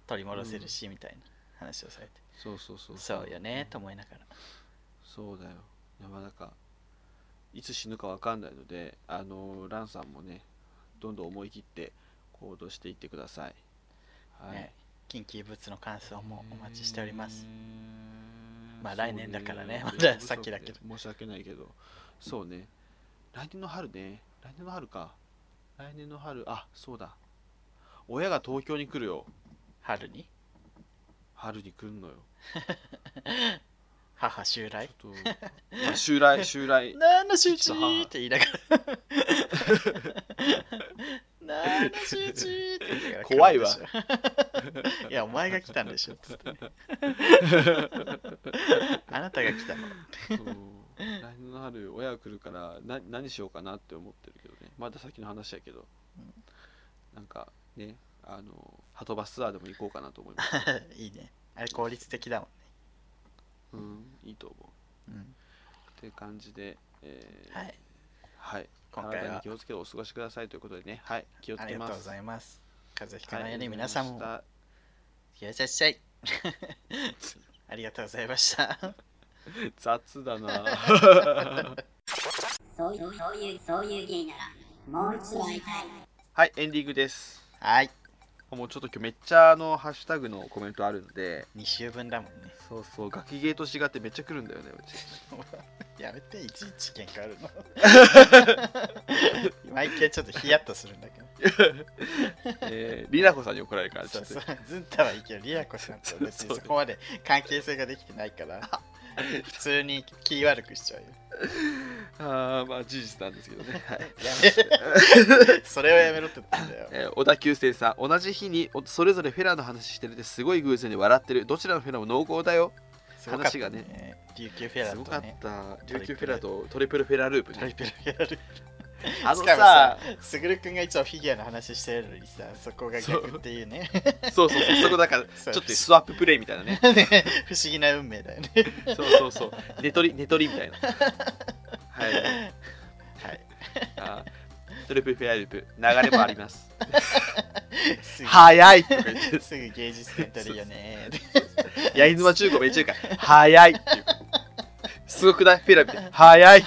S1: 取り戻せるし、みたいな話をされて、
S2: そうそうそう
S1: そうよねと思いながら
S2: そうだよ。でもなんか、いつ死ぬかわかんないので、あのランさんもね、どんどん思い切って行動していってください。はい。
S1: ね緊急物の感想もお待ちしております、
S2: えー。
S1: まあ
S2: そう
S1: 来年だからねまだ
S2: 連絡不足
S1: さっきだけど
S2: 申し訳ないけど、そうね。来年の春ね。来年の春か。来年の春、あ、そうだ。親が東京に来るよ。
S1: 春に
S2: 春に来るのよ。
S1: 母襲来
S2: ちょっと、まあ、襲来、 (laughs) 襲来。
S1: 何の周知
S2: ちょっと母
S1: って言いながら
S2: (laughs)
S1: 何の周知って言いながら
S2: 怖いわ
S1: 来るでしょ (laughs) いやお前が来たんでしょつってね
S2: (laughs)
S1: あなたが来たの
S2: そう来年の春親が来るからな何しようかなって思ってるけどねまだ先の話やけど、
S1: うん
S2: なんかねあのハトバスツアーでも行こうかなと思います、
S1: (laughs) いいねあれ効率的だも
S2: うん、いいと思う
S1: んね、
S2: って感じで、えー
S1: はい
S2: はい
S1: 今回
S2: 体に
S1: は
S2: 気をつけてお過ごしくださいということでねはい気をつ
S1: あ
S2: け
S1: りが
S2: ます
S1: とうございます風邪ひ
S2: は
S1: かな
S2: い
S1: いように
S2: あり
S1: 皆
S2: が
S1: さ
S2: と
S1: ん
S2: うご
S1: も
S2: ざいました
S1: いらっしゃいっしゃい (laughs) ありがとうございました
S2: 雑
S1: (laughs)
S2: だな
S4: そういう、そういう、そういう芸なら、もう一度会いたい。
S2: はいエンディングです
S1: はい
S2: もうちょっと今日めっちゃあのハッシュタグのコメントあるんで
S1: 2週分だもんね (laughs)
S2: そうそうガキゲーと違ってめっちゃ来るんだよねうち
S1: やめていちいち喧嘩あるの (laughs) 毎回ちょっとヒヤッとするんだけど
S2: えー、りなこさんに怒られるからち
S1: そ
S2: ょ
S1: う
S2: っと
S1: そうずんたはいいけどリアコさんと
S2: (laughs)
S1: 別にそこまで関係性ができてないから普通に気悪くしちゃうよ
S2: (laughs) あーまあ事実なんですけどね、はい
S1: やめてそれをやめろって言ってんだよ
S2: (laughs) えー小田急線さん同じ日におそれぞれフェラの話してるってすごい偶然に笑ってるどちらのフェラも濃厚だよ
S1: すごかった
S2: 話が
S1: ね琉球フェラ
S2: す
S1: と
S2: ごかっ
S1: ね
S2: た
S1: トリプル
S2: 琉球フェラとトリプルフェラループ
S1: トリ
S2: ね
S1: プルフェラル
S2: あ
S1: しかも
S2: のさ
S1: さすぐるくんがいつもフィギュアの話してるのにさそこが逆っていう
S2: (laughs)
S1: ね
S2: そうそうそうそこだからち
S1: (laughs) そ
S2: ょ
S1: う
S2: っとスワッププレイみたいなね
S1: ね不思議な運命だよね
S2: そうそうそう寝取り寝取りみたいなはい
S1: はい
S2: あートリプルフェラループ流れもあります
S1: (laughs) すぐ
S2: 早いとか言って
S1: すぐ芸術点取るよね
S2: 八重妻中古め中華早いっていうすごくないフェラみたいな早い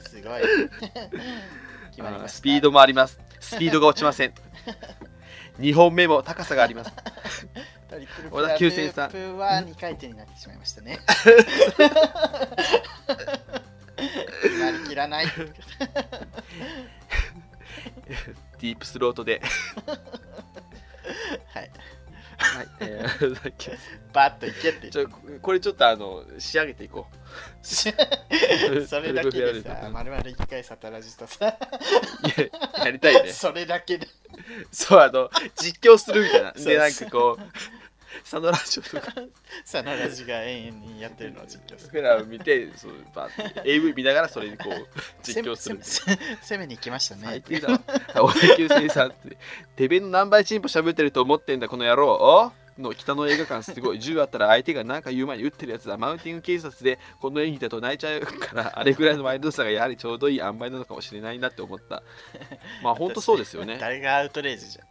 S1: すごい。決まりました
S2: あースピードもあります。スピードが落ちません。2本目も高さがあります。
S1: トリプル
S2: 小田急線さん
S1: フラループは2回転になってしまいました
S2: (laughs)
S1: ね。決まりきらない。
S2: ディープスロートで。
S1: はい。
S2: はい、えー (laughs)
S1: バッといけって言って
S2: ちょこれちょっとあの仕上げていこ
S1: (laughs)
S2: う。(laughs)
S1: それだけで
S2: ト
S1: さ、
S2: ゥ
S1: まるまる一回サタラジとさ、
S2: ややりたいね
S1: それだけで。
S2: そうあの実況するみた (laughs) いな
S1: そう
S2: でなんかこうサノラジオとか
S1: サタラジが永遠にやってるのを実況す
S2: フ
S1: る。
S2: ラを見てそうバーって AV 見ながらそれにこう実況する
S1: せめせめ攻めに行きました
S2: 最
S1: ね。
S2: 低だわ青野球生さんっててめえの何倍チンポ喋ってると思ってんだこの野郎おの北の映画館すごい銃あったら相手が何か言う前に撃ってるやつだマウンティング警察でこの演技だと泣いちゃうからあれぐらいのワイルドさがやはりちょうどいい塩梅なのかもしれないなって思ったまあ本当そうですよね
S1: 誰がアウトレイジじゃん。
S2: うん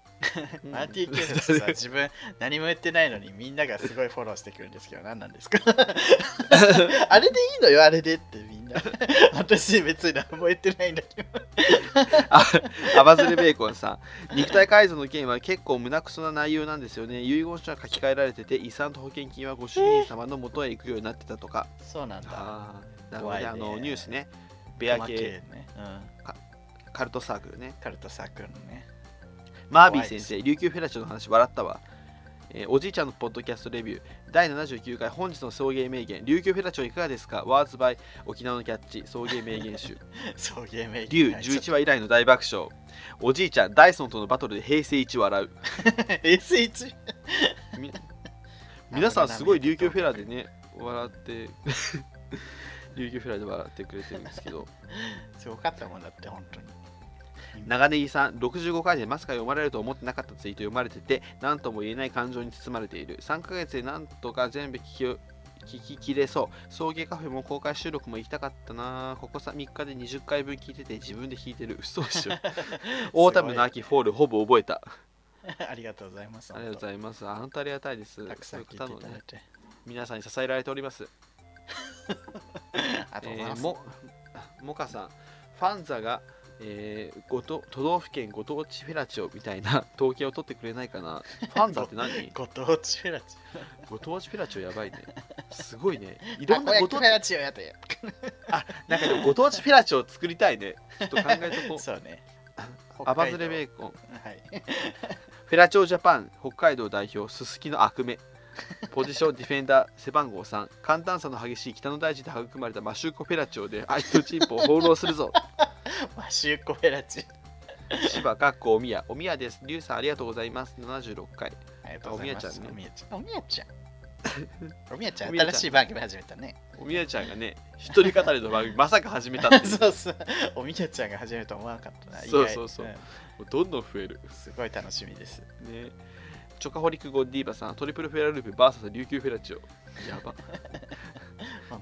S1: マーティー警察さ、自分何も言ってないのにみんながすごいフォローしてくるんですけど、何なんですかあれでいいのよ、あれでってみんな。私別に何も言ってないんだけど。
S2: あアバズルベーコンさん肉体改造の件は結構胸くそな内容なんですよね遺言書が書き換えられてて遺産と保険金はご主人様の元へ行くようになってたとか
S1: そうなんだ。
S2: あーなるほど
S1: 怖い
S2: ね
S1: ね
S2: あのニュースねベア
S1: 細
S2: 系
S1: けいね。うん。
S2: カルトサークルね
S1: カルトサークルのね。
S2: マービー先生琉球フェラチオの話笑ったわ、えーおじいちゃんのポッドキャストレビュー第79回本日の送迎名言琉球フェラチオいかがですかワーズバイ沖縄のキャッチ送迎名
S1: (laughs)
S2: 言集
S1: そう、ゲーム
S2: 竜11話以来の大爆笑おじいちゃんダイソンとのバトルで平成一笑う
S1: S1 (laughs)
S2: み皆さんすごい琉球フェラでね笑って (laughs) 琉球フェラで笑ってくれてるんですけど
S1: すごかったもんだって本当に
S2: 長ネギさん65回でまさか読まれると思ってなかったツイート読まれてて何とも言えない感情に包まれている3ヶ月でなんとか全部聞きよ聞き切れそう送迎カフェも公開収録も行きたかったなここさ3日で20回分聞いてて自分で聞いてる嘘で
S1: (laughs)
S2: しょオータムの秋フォールほぼ覚えた
S1: (laughs) ありがとうございます
S2: ありがとうございますあ本当ありがたいです
S1: たくさん聞いてい
S2: そ
S1: た
S2: ういう方
S1: だ
S2: の
S1: い
S2: ね
S1: て
S2: 皆さんに支えられております
S1: ありがとうござい
S2: え
S1: ま
S2: ー
S1: す
S2: もモカさん、ファンザが、えーごと都道府県ご当地フェラチオみたいな統計を取ってくれないかな。ファンザっ
S1: (laughs)
S2: て何
S1: ご当地フェラチ
S2: ご当地フェラチオやばいね。すごいね。い
S1: オ
S2: ろんな
S1: あ
S2: ご
S1: ご当地
S2: 当地
S1: フェラチオやったよ
S2: なんかでもご当地フェラチオを作りたいね。ちょっと考えとこ
S1: (laughs)
S2: う。
S1: そうね
S2: アバズレベ
S1: イ
S2: ーコン、
S1: はい
S2: フェラチオジャパン、北海道代表、すすきの悪目。ポジションディフェンダー背番号3寒暖差の激しい北の大地で育まれたマシューコフェラチオで相手のチンポを放浪するぞ
S1: マシューコフェラチ
S2: 芝かっこおみやおみやですリュウさんありがとうございます76回
S1: オありがとうございます
S2: お
S1: お
S2: み
S1: みやちゃんおみやちゃんおみや
S2: (laughs)
S1: ちゃ
S2: お
S1: ん
S2: みやちゃん
S1: 新しい番組始めたね
S2: おみやちゃんがね一人語りの
S1: (laughs)
S2: 番組まさか始めたっていう
S1: そうそうおみやちゃんが始めると思わなかったな意外
S2: そうそうそうんもうどんどん増える
S1: すごい楽しみです
S2: ねチョカホリックゴディーバさんトリプルフェラループ VS 琉球フェラチオやば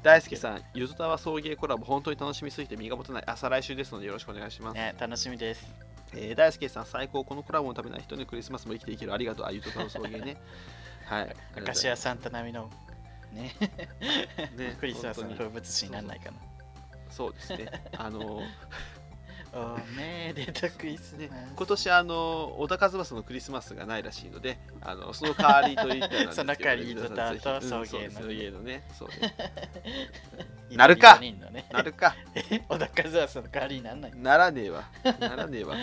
S2: 大輔さんゆずたわ送迎コラボ本当に楽しみすぎて身が持たない朝来週ですのでよろしくお願いします、
S1: ね楽しみです
S2: えー大輔さん最高このコラボのためな人にクリスマスも生きていけるありがとうあゆず
S1: (laughs)
S2: たわ送迎ねはい
S1: 明石家サンタ並みのね
S2: ね
S1: クリスマスの
S2: 本当
S1: 風
S2: に
S1: 物詩にならないかな
S2: そうですねあのー
S1: おめでとクリス
S2: ね
S1: マス。、
S2: 今年あの小田和正のクリスマスがないらしいのであのその代わりと言ったらなんですけど
S1: (laughs) その代わり
S2: 皆さん
S1: 伊豆田と
S2: ぜひ
S1: 送迎の
S2: うんそうです送迎のねそうね
S1: い
S2: なるか
S1: 四人のね、(laughs)
S2: なるか
S1: 小田和正の代わりにならない。
S2: ならねえわならねえわ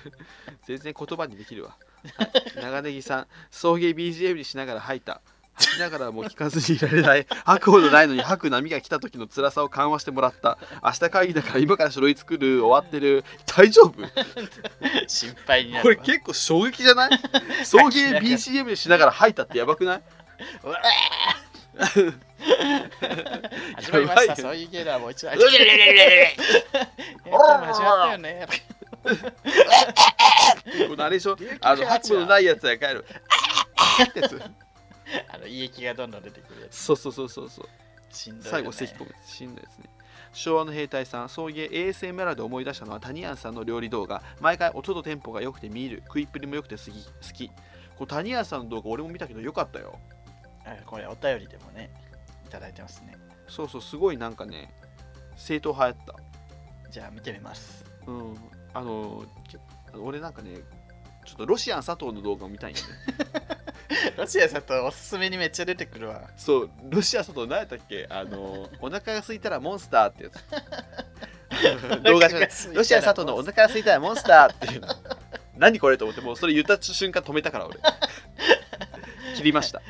S2: (laughs) 全然言葉にできるわ、はい、長ネギさん送迎 BGM にしながら吐いた吐きながらも聞かずにいられない吐くほどないのに吐く波が来た時の辛さを緩和してもらった明日会議だから今から書類作る終わってる大丈夫
S1: 心配にな
S2: こ
S1: るわ。
S2: れ結構衝撃じゃ (laughs) ない送迎 BCM しながら吐いたってやばくない
S1: うわー始まりまし
S2: やばいよ
S1: た。そういうゲームはもう一度。
S2: うれれれ
S1: (laughs)
S2: れれ
S1: えっと始まったよね。
S2: このあれでしょ
S1: 琉球
S2: あの
S1: フェラ
S2: 吐
S1: チ
S2: く
S1: オ
S2: ものないやつや帰るってやつ
S1: あの胃液がどんどん出てくるや
S2: そうそうそうそうそう
S1: つ。しんどい、ね。
S2: 最後咳込む死んだやつね昭和の兵隊さん送迎 ASMR で思い出したのはタニアンさんの料理動画毎回音とテンポが良くて見入る食いっぷりも良くて好き好きこうタニアンさんの動画俺も見たけど良かったよ
S1: あこれお便りでもね、いただいてますね。
S2: そうそうすごいなんかね正統派やった
S1: じゃあ見てみます。
S2: うん、あのきあの俺なんかねちょっとロシアン佐藤の動画を見たいんだよね
S1: ロシアさんとおすすめにめっちゃ出てくるわ。
S2: そうロシアン佐藤何やったっけあ (laughs) のお腹が空いたらモンスターってや (laughs) つ動画じゃないロシアン佐藤のお腹が空いたらモンスターっていうの何これと思ってもうそ (laughs) れ言った瞬間止めたから俺切りました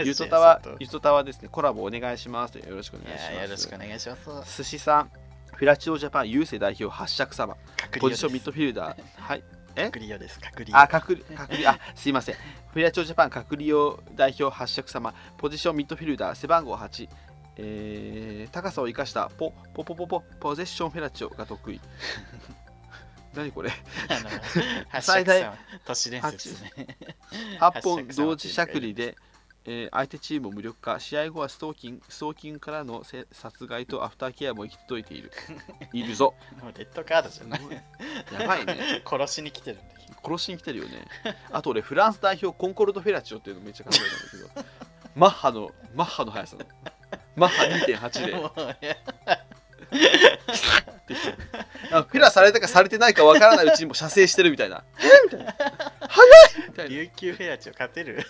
S2: ゆとたわ
S1: いや、
S2: ゆとたわですね、コラボお願いします。よろしくお願いします。
S1: いやよろしくお願いします。
S2: 寿司さん、フィラチオジャパン優勢代表八尺様、
S1: 隔離
S2: ポ
S1: 用
S2: ジションミ
S1: で
S2: ッ
S1: す。
S2: ドフィル (laughs) ダー。はい。え
S1: 隔離用です。隔離
S2: あ、
S1: 用。
S2: 隔離、隔離、あ、すいません。フィラチオジャパン隔離用代表八尺様、ポジションミッドフィルダー、背番号8。えー、高さを生かしたポポポポポポゼッションフェラチオが得意。 (laughs) 何これ
S1: あの、発
S2: 最
S1: 射
S2: 大
S1: さん都市伝説ですね。
S2: 8本
S1: 八尺様
S2: 同時しゃくりで、えー相手チームを無力化試合後はストーキンストーキンからのせ殺害とアフターケアも行き届いているいる
S1: (laughs)
S2: ぞ
S1: もうレッドカードじゃない。
S2: やばいね
S1: 殺しに来てるんだけど。
S2: 殺しに来てるよね (laughs) あと俺フランス代表コンコルド・フェラチオっていうのめっちゃ考えたんだけど (laughs) マッハのマッハの速さのマッハ2.8で
S1: もうね
S2: できてる (laughs) あフェラされたかされてないかわからないうちにもう射精してるみたいなえみたいな (laughs) 早いみたいな
S1: 琉球フェアチを勝てる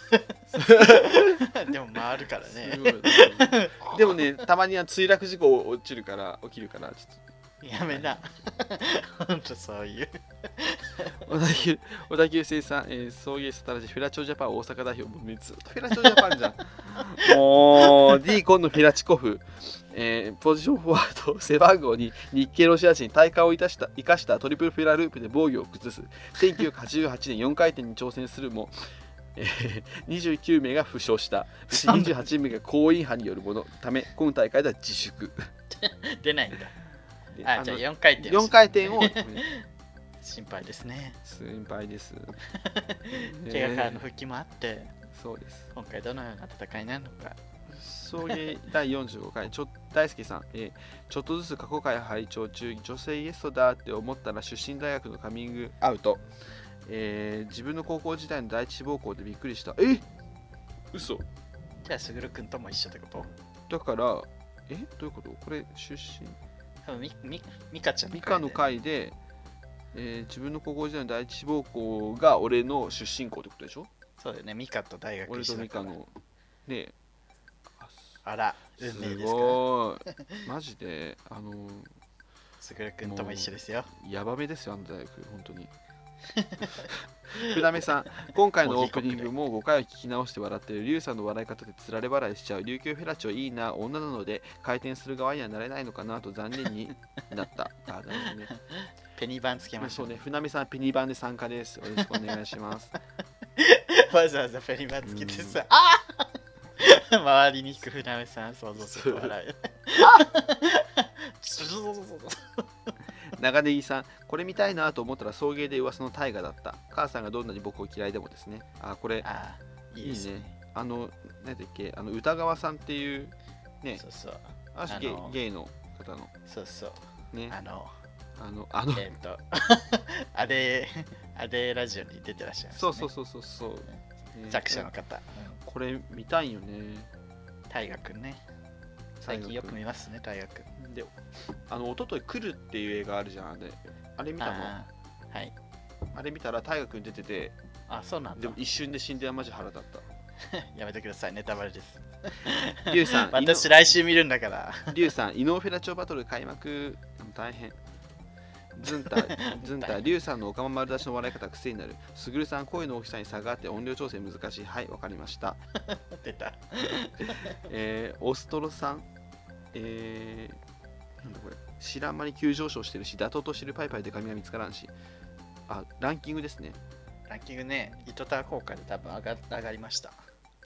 S1: でも回るから
S2: (laughs) す
S1: ね。
S2: ごいでもねたまには墜落事故落ちるから起きるからちょっと
S1: やめな。ほんとそういう。
S2: 小田急小田急生産、えー、送迎スタラジフェラチオジャパン大阪代表もうずっとフェラチオジャパンじゃんもう D コンのフェラチコフ、えーポジションフォワード背番号に日系ロシア人体幹を生かした生かしたトリプルフェラループで防御を崩す1988年4回転に挑戦するも、えー29名が負傷したうち28名が行為違反によるものため今大会では自粛
S1: 出ないんだ。
S2: で
S1: あ、
S2: の
S1: じゃあ4回転。
S2: 4回転を
S1: 心配ですね。
S2: 心
S1: (laughs)
S2: 配です
S1: 怪我から
S2: え
S1: の
S2: ー
S1: 復帰もあって、
S2: そうです
S1: 今回どのような戦いなのか。
S2: 送迎第45回ちょ大輔さん、えーちょっとずつ過去回拝聴中女性ゲストだって思ったら出身大学のカミングアウト、えー自分の高校時代の第一志望校でびっくりしたえ嘘
S1: じゃあ、すぐるくんとも一緒ってこと
S2: だからえどういうことこれ出身
S1: 多分みみみかちゃん
S2: 美香の
S1: 会
S2: 会で、えー自分の高校時代の第一志望校が俺の出身校ってことでしょ
S1: そうだよね、ミカと大学
S2: 俺
S1: 一
S2: と
S1: 緒だ
S2: 美
S1: か
S2: 香
S1: ら。
S2: のねえあ
S1: あら、
S2: す
S1: 運命ですから。
S2: ご
S1: (laughs)
S2: いマジであのー
S1: すぐるくんとも一緒ですよ。
S2: ヤバめですよ、あの大学、本当に。 (laughs) 船目さん、今回のオープニングもう5回を聞き直して笑ってる、リュウさんの笑い方でつられ笑いしちゃう、琉球フェラチオいいな、女なので回転する側にはなれないのかなと残念に
S1: (laughs)
S2: なった。あ、なるほどね。
S1: ペニバンつけまし
S2: そ
S1: ょ
S2: う
S1: う。
S2: ね、船目さん、ペニバンで参加です。よろしくお願いします。
S1: わざわざペニバンつけて
S2: う
S1: さ、あー (laughs) 周りに行く船上さん想像すると笑う。ズズズズズズ
S2: 長ネギさん、これ見たいなと思ったら送迎で噂の大河だった。母さんがどんなに僕を嫌いでもですね。あ、これ、
S1: あーいいです
S2: いい
S1: ね。
S2: あの、なんだっけ、あの歌川さんっていう、ね、
S1: そうそう。
S2: あしゲイ
S1: あの
S2: ゲイの方の。
S1: そうそう。
S2: ね、
S1: あの、
S2: あの、あの、
S1: えっと、 (laughs) あれ、あれラジオに出てらっ
S2: (laughs)
S1: しゃいます、
S2: そ
S1: ね。
S2: うそうそうそうそう、ね
S1: 作者の方。
S2: これ見たいよね。
S1: 大河くんね。最近よく見ますね、大河くん。
S2: で、あの、一昨日来るっていう映画あるじゃん。であれ見たのあ
S1: あーはい。
S2: れ見たら大河君出てて、
S1: あ、そうなん
S2: で
S1: だ
S2: も。一瞬で死んではマジ腹立っ
S1: (laughs) やめてください、ネタバレです。
S2: た。リュウさん、
S1: (laughs) 私、来週見るんだから。 (laughs)
S2: イノリュウさん、イノフェラチョバトル開幕、大変。ズンタ、
S1: (laughs)
S2: ズンタ、リュウさんのおかま丸出しの笑い方癖になる。すぐるさん、声の大きさに差があって音量調整難しい。はい、わかりました。
S1: 出た。
S2: えーオストロさん、えーなんだこれ、知らん間に急上昇してるし、打倒と知るパイパイで髪が見つからんし、あ、ランキングですね。
S1: ランキングね、糸タワー効果で多分上が上がりました。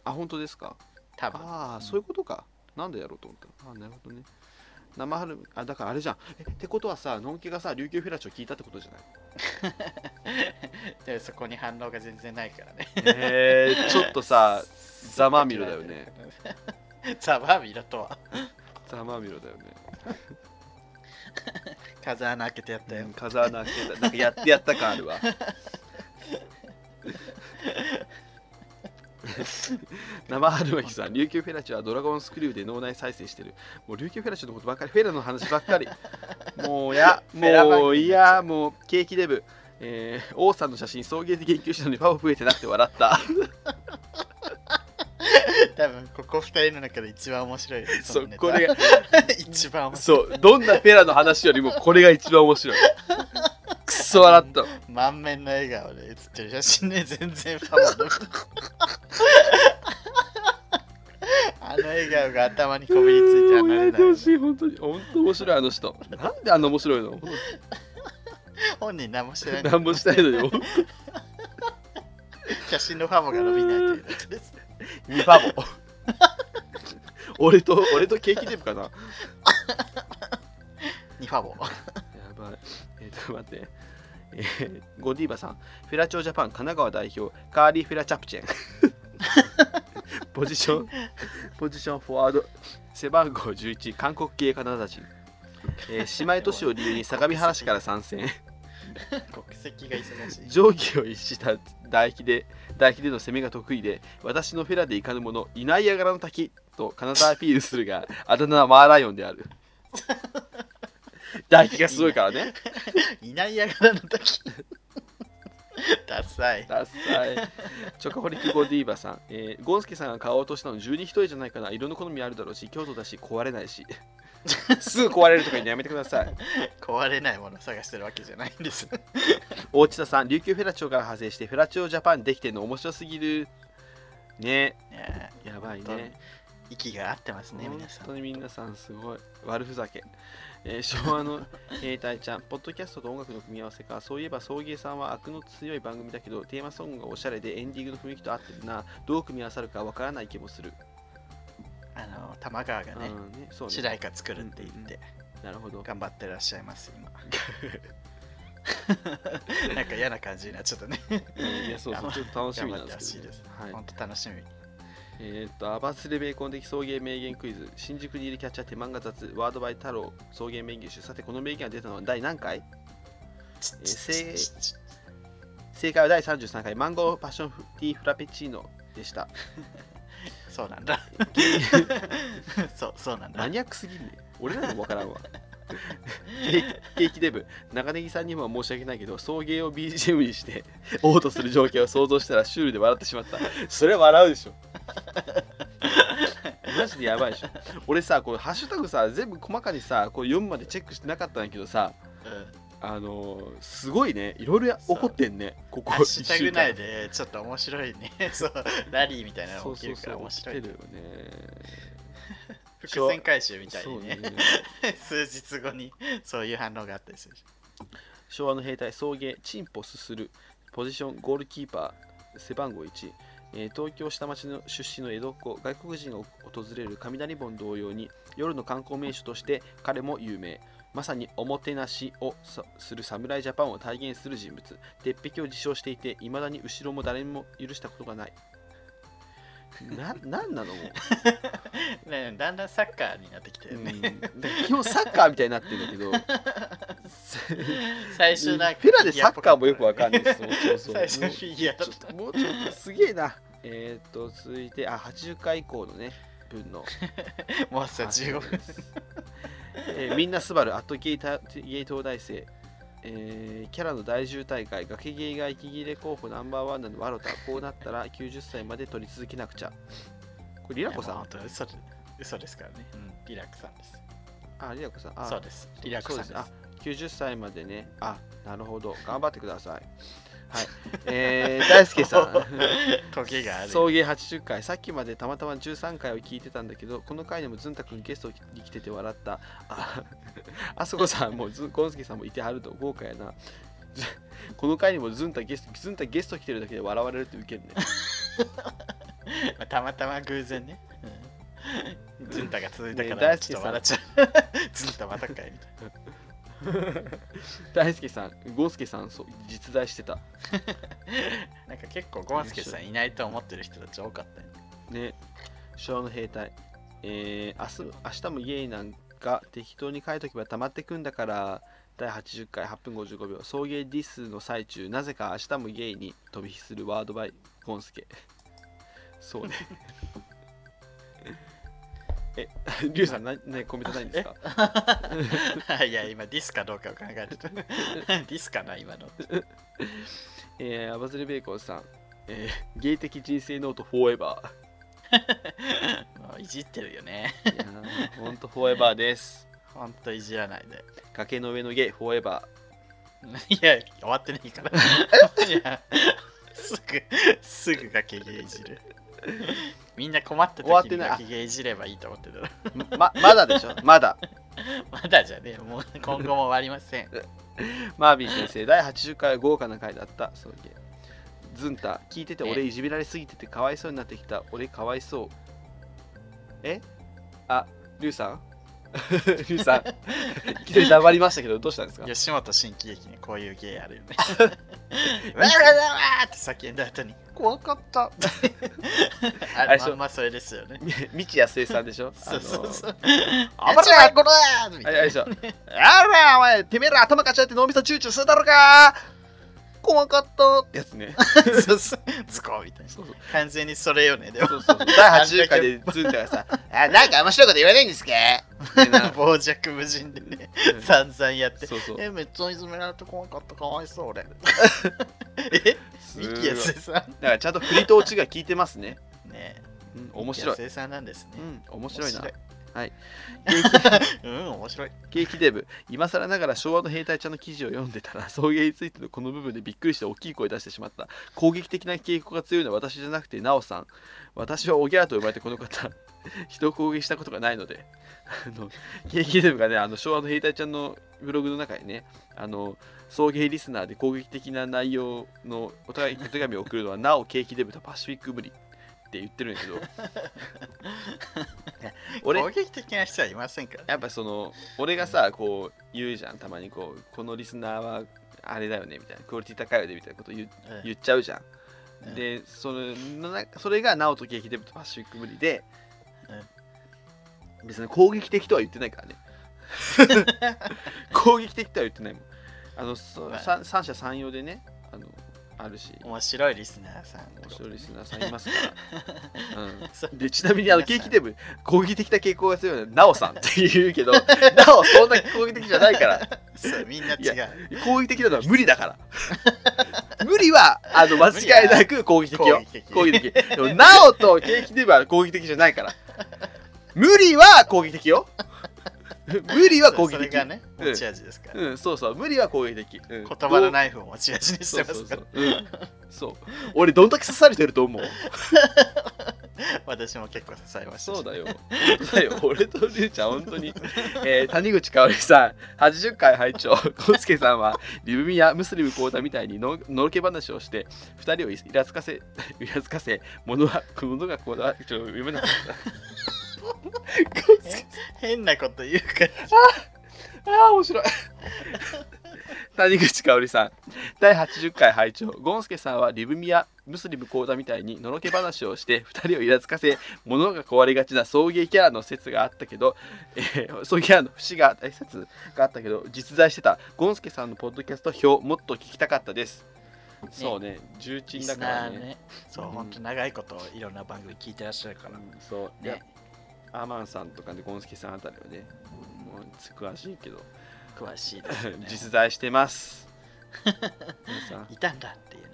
S2: あ、本当ですか。
S1: 多分。
S2: あ
S1: う
S2: あ、
S1: ん
S2: そういうことか。なんでやろうと思った。あー、なるほどね。生春、あ、だからあれじゃん。えってことはさ、のんきがさ、琉球フェラチオ聞いたってことじゃない
S1: で、そこに反応が全然ないからね。
S2: (laughs) えー、ちょっと (laughs) さ、 (laughs) ざまあみろだよ
S1: (laughs)
S2: ね。
S1: ザマミロとは。
S2: ざまみろだよね。
S1: 風穴開けてやったよ。
S2: うん風穴開けた。なんかやってやった感あ
S1: (laughs)
S2: るわ。生春巻さん、琉球フェラチオはドラゴンスクリューで脳内再生してる。もう琉球フェラチオのことばっかり、フェラの話ばっかり。もうや、
S1: フェラ番
S2: もう
S1: 組
S2: い
S1: になっちゃ
S2: や、もうケーキデブ。えー、王さんの写真、送迎で研究したのにファオ増えてなくて笑
S1: (laughs)
S2: った。
S1: 多分、ここ二人の中で一番面白いよ。
S2: そう
S1: のネ、タ
S2: これが、
S1: (laughs) 一番面白
S2: そう、どんなフェラの話よりもこれが一番
S1: (laughs)
S2: 面白い。くっそ笑った。
S1: い。満面の笑 (laughs) 顔で写ってる写真ね、全然ファンの。笑顔が頭にこびりついてはなれな
S2: やめ
S1: い
S2: て
S1: よ
S2: ほ
S1: ね。
S2: しい、本当に。本当面白い、あの人。なんであんな面白いの本
S1: 本人何もしてな
S2: 当
S1: い
S2: に
S1: のに
S2: 何もしたいの (laughs) よ。
S1: 写真のファボが伸びないという。
S2: ミファボ。俺と、俺とケーキデブかな。や
S1: 2ファボ。 (laughs)
S2: ばい。えっ、と、待って。えーゴディーバさん、フェラチョジャパン神奈川代表、カーリー・フェラチャプ (laughs) チェン。ポジション、ポジションフォワード、背番号11、韓国系カナダ人。えー姉妹都市を理由に相模原市から参戦。
S1: 国籍が忙しい。
S2: 定規を逸した唾液で唾液での攻めが得意で私のフェラでいかぬ者いないやがらの滝とカナダアピールするがあだ名はマーライオンである唾液がすごいからね
S1: いないやがらの時。ダサい。
S2: ダサいチョコホリックゴディーバさん、えーゴンスケさんが買おうとしたの12人じゃないかな色の好みあるだろうし京都だし壊れないしすぐ壊れるとか言うのやめてください
S1: 壊れないものを探してるわけじゃないんです。
S2: 大地田さん琉球フェラチオから派生してフェラチオジャパンできてんの面白すぎるね
S1: ねえ
S2: やばい
S1: 本当に
S2: ね
S1: 息が合ってますね、
S2: 本
S1: 皆さん
S2: 当。に皆さんすごい悪ふざけ、えー昭和の
S1: (laughs)
S2: 兵隊ちゃんポッドキャストと音楽の組み合わせかそういえば送迎さんは悪の強い番組だけどテーマソングがおしゃれでエンディングの雰囲気と合ってるなどう組み合わさるかわからない気もする、
S1: あの、玉川がね、
S2: うんねそうね
S1: 主題歌作るって言って、
S2: なるほど
S1: 頑張ってらっしゃいます、今。なんか嫌な感じになっちゃったね。
S2: うんいやそうそうちょっと楽しみなん
S1: 頑張って
S2: ですけど、
S1: ほしいです
S2: はい
S1: 本当楽しみ。
S2: えーっと、アバスレベーコン的送迎名言クイズ、新宿にいるキャッチャー手漫画雑、ワードバイ太郎、送迎名言集。さて、この名言が出たのは第何回えー
S1: せ
S2: 正解は第33回、マンゴーパッションティーフラペチーノでした。
S1: そうなんだ。そう、そうなんだ
S2: マ。ニアックすぎるね。俺らでもわからんわ。 (laughs) ケーキケーキデブ、長ネギさんにも申し訳ないけど、送迎を BGM にして、オートする情景を想像したらシュールで笑ってしまった。それは笑うでし
S1: (laughs)
S2: ょ。マジでやばいでしょ。俺さ、こうハッシュタグさ、全部細かにさ、こう読むまでチェックしてなかったんだけどさ、
S1: うん
S2: あのーすごいね、いろいろや起こってんね、ここ
S1: ハッシュタ
S2: 一週
S1: グ
S2: 間
S1: 内でちょっと面白いね。そう、ラリーみたいな
S2: そ
S1: の
S2: う
S1: 起き
S2: そう
S1: るか
S2: そ
S1: ら
S2: う、
S1: 面
S2: 起き
S1: 白
S2: て
S1: い
S2: る
S1: ね。
S2: よね。
S1: 伏線回収みたい
S2: そう
S1: にね。
S2: ね。
S1: (laughs) 数日後にそういう反応があったりするし。
S2: 昭和の兵隊送迎チンポすするポジションゴールキーパー背番号1、えー東京下町の出身の江戸っ子外国人が訪れる雷門同様に夜の観光名所として彼も有名まさにおもてなしをさする侍ジャパンを体現する人物鉄壁を自称していていまだに後ろも誰にも許したことがないななんなのもう
S1: ね、だんだんサッカーになってきて
S2: う
S1: るね。
S2: んだから基本サッカーみたいになってるんだけど
S1: (laughs)
S2: (laughs)
S1: 最初なんか
S2: フェラでサッカーもよくわかんない
S1: フィ
S2: そうそうそう
S1: ギュアっぽかったね最初フィギュアだ
S2: ちょ
S1: っ
S2: っともうちょっとすげえな。 (laughs) えーっと、続いて、あ、80回以降のね、分
S1: (laughs)
S2: の。
S1: た。もうさ、15分。
S2: (laughs) えーみんなすばる、アットゲイタゲイ東大生。えーキャラの大渋大会、崖ゲイが息切れ候補ナンバーワンなのワロタ、こうなったら90歳まで取り続けなくちゃ。これ、リラコさ
S1: いや
S2: ん
S1: もう本当嘘で嘘ですからね。うん、リラックさんです。
S2: あ、リラコさん。あ
S1: そうです。リラックさんです。
S2: そうですあ90歳までね。あ、なるほど。頑張ってください。はい。えー、大輔さ
S1: (laughs)
S2: ん。
S1: トゲがある。
S2: 送迎80回さっきまでたまたま13回を聞いてたんだけどこの回でもずんたくんゲストに来てて笑ったああそこさんもずゴンスケさんもいてはると豪華やなずこの回にもずんたゲストずんたゲスト来てるだけで笑われるってウケるね
S1: まあたまたま偶然ね。うんズンタが続いたか
S2: ね大
S1: ら、
S2: 好き
S1: ちょ
S2: さ
S1: っと笑
S2: ん
S1: っちゃう。 (laughs) ズンタまたかいみたいな。
S2: 大輔さんゴンスケさんそう実在してた
S1: なんか結構ゴンスケさんいないと思ってる人たち多かったよね。
S2: ね昭和の兵隊えー、明日明日もゲイなんか適当に書いとけば溜まってくんだから第80回8分55秒送迎ディスの最中なぜか明日もゲイに飛び火するワードバイゴンスケ (laughs) そうねえリュウさん何何コメントないんです
S1: (laughs)
S2: か
S1: いや、今ディスかどうかを考えてた。 (laughs) ディスかな、今の。
S2: えー、アバズルベーコンさん、えー、ゲイ的人生ノートフォーエバー
S1: もういじってるよね。
S2: いやーほんとフォーエバーです (laughs)
S1: ほんといじらないで。
S2: 崖の上のゲイフォーエバー
S1: いや、終わってないから。いや、すぐ、すぐがけげいじる。みんな困った
S2: 終わっ
S1: 時
S2: て
S1: に
S2: ない
S1: だけゲージればいいと思ってたら
S2: ままだでしょまだ
S1: まだじゃねえもう今後も終わりません
S2: マービー先生第80回豪華な回だったそういえズンタ聞いてて俺いじめられすぎててかわいそうになってきた俺かわいそうえあリュウさん (laughs) リュウさんいきなり黙りましたけどどうしたんですか
S1: 吉本新喜劇にこういうゲーある
S2: (laughs)
S1: よねわらわらわーって叫んだ後に怖かったあ
S2: あれ
S1: れ
S2: そう
S1: まんまそれですよね
S2: み道康生さんでしょ
S1: そうそうそう
S2: あの
S1: あばらこらーみた
S2: あ
S1: いな
S2: れ (laughs) あれでしょあらお前てめえら頭かちゃって脳みそチューチューするだろうか怖かったってやつね
S1: そうそうズコーみたいな
S2: そうそう
S1: 完全にそれよねでも
S2: そうそう第80回でズンタがさ
S1: あなんか面白いこと言わないんですか
S2: みたい (laughs) な
S1: 傍若無人でね
S2: うん (laughs)
S1: 散々やって
S2: そうそう
S1: えめっちゃいじめられて怖かったかわいそう
S2: (laughs)
S1: 俺え
S2: すご
S1: ミ
S2: い
S1: キヤセさ
S2: だからちゃんと振りと落ちが効いてますね。
S1: んね
S2: うん、面白い。
S1: 生産なんですね
S2: う。ん、面白いな。 (laughs)
S1: うん、面白い。
S2: ケーキデブ、今更ながら昭和の兵隊ちゃんの記事を読んでたら、送迎についてのこの部分でびっくりして大きい声出してしまった。攻撃的な傾向が強いのは私じゃなくて、ナオさん。私はおぎゃーと呼ばれてこの方。 (laughs) 人を攻撃したことがないので。あのケーキデブがね、あの昭和の兵隊ちゃんのブログの中にね、あの、送迎リスナーで攻撃的な内容のお互いお手紙を送るのは、なおケーキデブとパシフィック無理って言ってるんだけど。俺
S1: 攻撃的な人はいませんから。
S2: やっぱその俺がさこう言うじゃんたまにこうこのリスナーはあれだよねみたいなクオリティ高いよねみたいなこと言う
S1: うん
S2: 言っちゃうじゃ。
S1: うんん
S2: でそのなそれが直人劇デブとパシフィック無理で別に攻撃的とは言ってないから (laughs) ね攻撃的とは言ってないもんあのそ
S1: はい
S2: 三三者三様でねあのあるし
S1: 面白いリスナーさんとか。
S2: 面白いリスナーさんいます
S1: (laughs)
S2: から、うん
S1: そう
S2: でちなみにあのケーキデブ攻撃的な傾向が強いのはナオさんって言うけ
S1: (laughs)
S2: どナオそんな攻撃的じゃないから
S1: そう、みんな違
S2: いや
S1: う。
S2: 攻撃的なのは無理
S1: (laughs)
S2: だから無理はあの間違いなく攻撃的よ攻
S1: 攻
S2: 撃的でもナオとケーキデブは攻撃的じゃないから無理は攻撃
S1: (laughs)
S2: 的よ無理は攻撃
S1: それ
S2: 的
S1: がね、
S2: うん
S1: 持ち味ですから。
S2: うんそうそう無理は攻撃的、うん
S1: 言葉のナイフを持ち味にし
S2: そ
S1: て
S2: う
S1: ます
S2: そう
S1: か
S2: そ
S1: ら
S2: う、うんそう俺どんだけ刺されてると思う
S1: 私も結構支えましたし。
S2: そうだよ。本当だよ俺とりゅうちゃん、本当に。 (laughs) えー谷口香織さん、80回拝聴。コウスケさんは、リブミやムスリムコーダみたいにののろけ話をして、二人をいらつかせ、い (laughs) らつかせ、物は、物がこだわちょっと読めなかった。コウスケさん
S1: 変なこと言うから。
S2: ああ、面白い。谷口香織さん、第80回拝聴ゴンスケさんはリブミやムスリム講座みたいにのろけ話をして2人をイラつかせ物が壊れがちな送迎キャラの説があったけど、えー、送迎キャラの節がえ説があったけど実在してたゴンスケさんのポッドキャスト表もっと聞きたかったです。そうね、重
S1: リ
S2: 鎮だ
S1: ス
S2: か
S1: ナ
S2: らね
S1: ー。ね。そう、
S2: うん
S1: 本当長いこといろんな番組聞いてらっしゃるから。
S2: うんそう、ね
S1: ね、
S2: アーマンさんとかでゴンスケさんあたりはね、もう詳しいけど、
S1: 詳しいですよね。
S2: (laughs) 実在してます。 (laughs) 皆さん
S1: いたんだっていうね。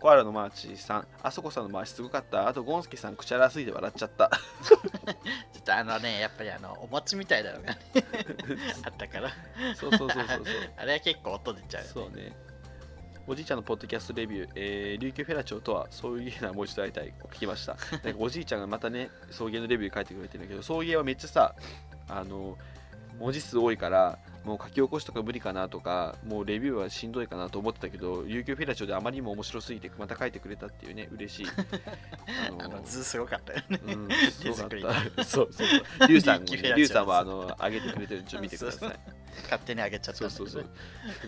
S2: コアラのマーチさん、あそこさんの回しすごかった。あと、ゴンスケさん、口荒すぎて笑っちゃった。
S1: ちょっとあのね、やっぱりあの、お餅みたいなのがねあったから。
S2: (laughs) そうそうそうそう
S1: (laughs) あれは結構音出ちゃうよ
S2: そう。
S1: ね、
S2: そうね。おじいちゃんのポッドキャストレビュー、えー、琉球フェラチョウとは、そういう芸なもう一度会いたい、聞きま
S1: (laughs)
S2: した。なんかおじいちゃんがまたね、送迎のレビュー書いてくれてるんだけど、送迎はめっちゃさ、あの、文字数多いから、もう書き起こしとか無理かなとか、もうレビューはしんどいかなと思ってたけど、琉球フェラチョウであまりにも面白すぎて、また書いてくれたっていうね、嬉しい。あ
S1: (laughs) あの図すごかったよね。 (laughs)
S2: うん、
S1: 手作り
S2: す
S1: の
S2: ごかった。そうそうそう。リュウさんも
S1: リュウキフェ
S2: ね、
S1: ラ
S2: リ
S1: チョ
S2: ュウさんはあ
S1: ウ
S2: の上げてくれてるんでちょっと見てください。
S1: 勝手にあげちゃったんだ
S2: そう
S1: け
S2: そ
S1: ど
S2: う
S1: ね (laughs)
S2: そう。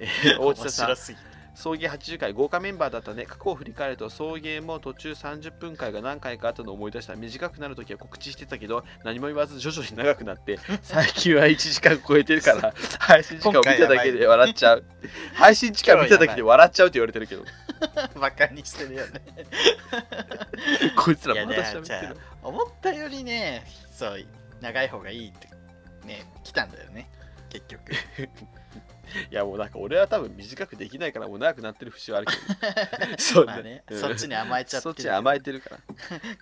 S2: えー大地
S1: 面
S2: 田さん
S1: 白、すぎて。
S2: 送迎80回豪華メンバーだったね。過去を振り返ると送迎も途中30分回が何回かあったのを思い出した。短くなるときは告知してたけど、何も言わず徐々に長くなって、最近は1時間超えて
S1: (laughs)
S2: るから、配信時間を見ただけで笑っちゃう。配信時間見ただけで笑っちゃうって言われてる
S1: (laughs)
S2: けど、
S1: バカにしてるよね。
S2: こいつ
S1: い
S2: ら
S1: や
S2: ま
S1: ね
S2: た喋って
S1: じゃ
S2: る。
S1: あ思ったよりね、そう、長い方がいいって、ね、来たんだよね。結局。
S2: いやもうなんか俺は多分短くできないからもう長くなってる節はあるけど。そう
S1: (laughs) まあね、
S2: うん
S1: そっちに甘えちゃって
S2: そっ
S1: るけ
S2: ち
S1: ど。
S2: に甘えてるから。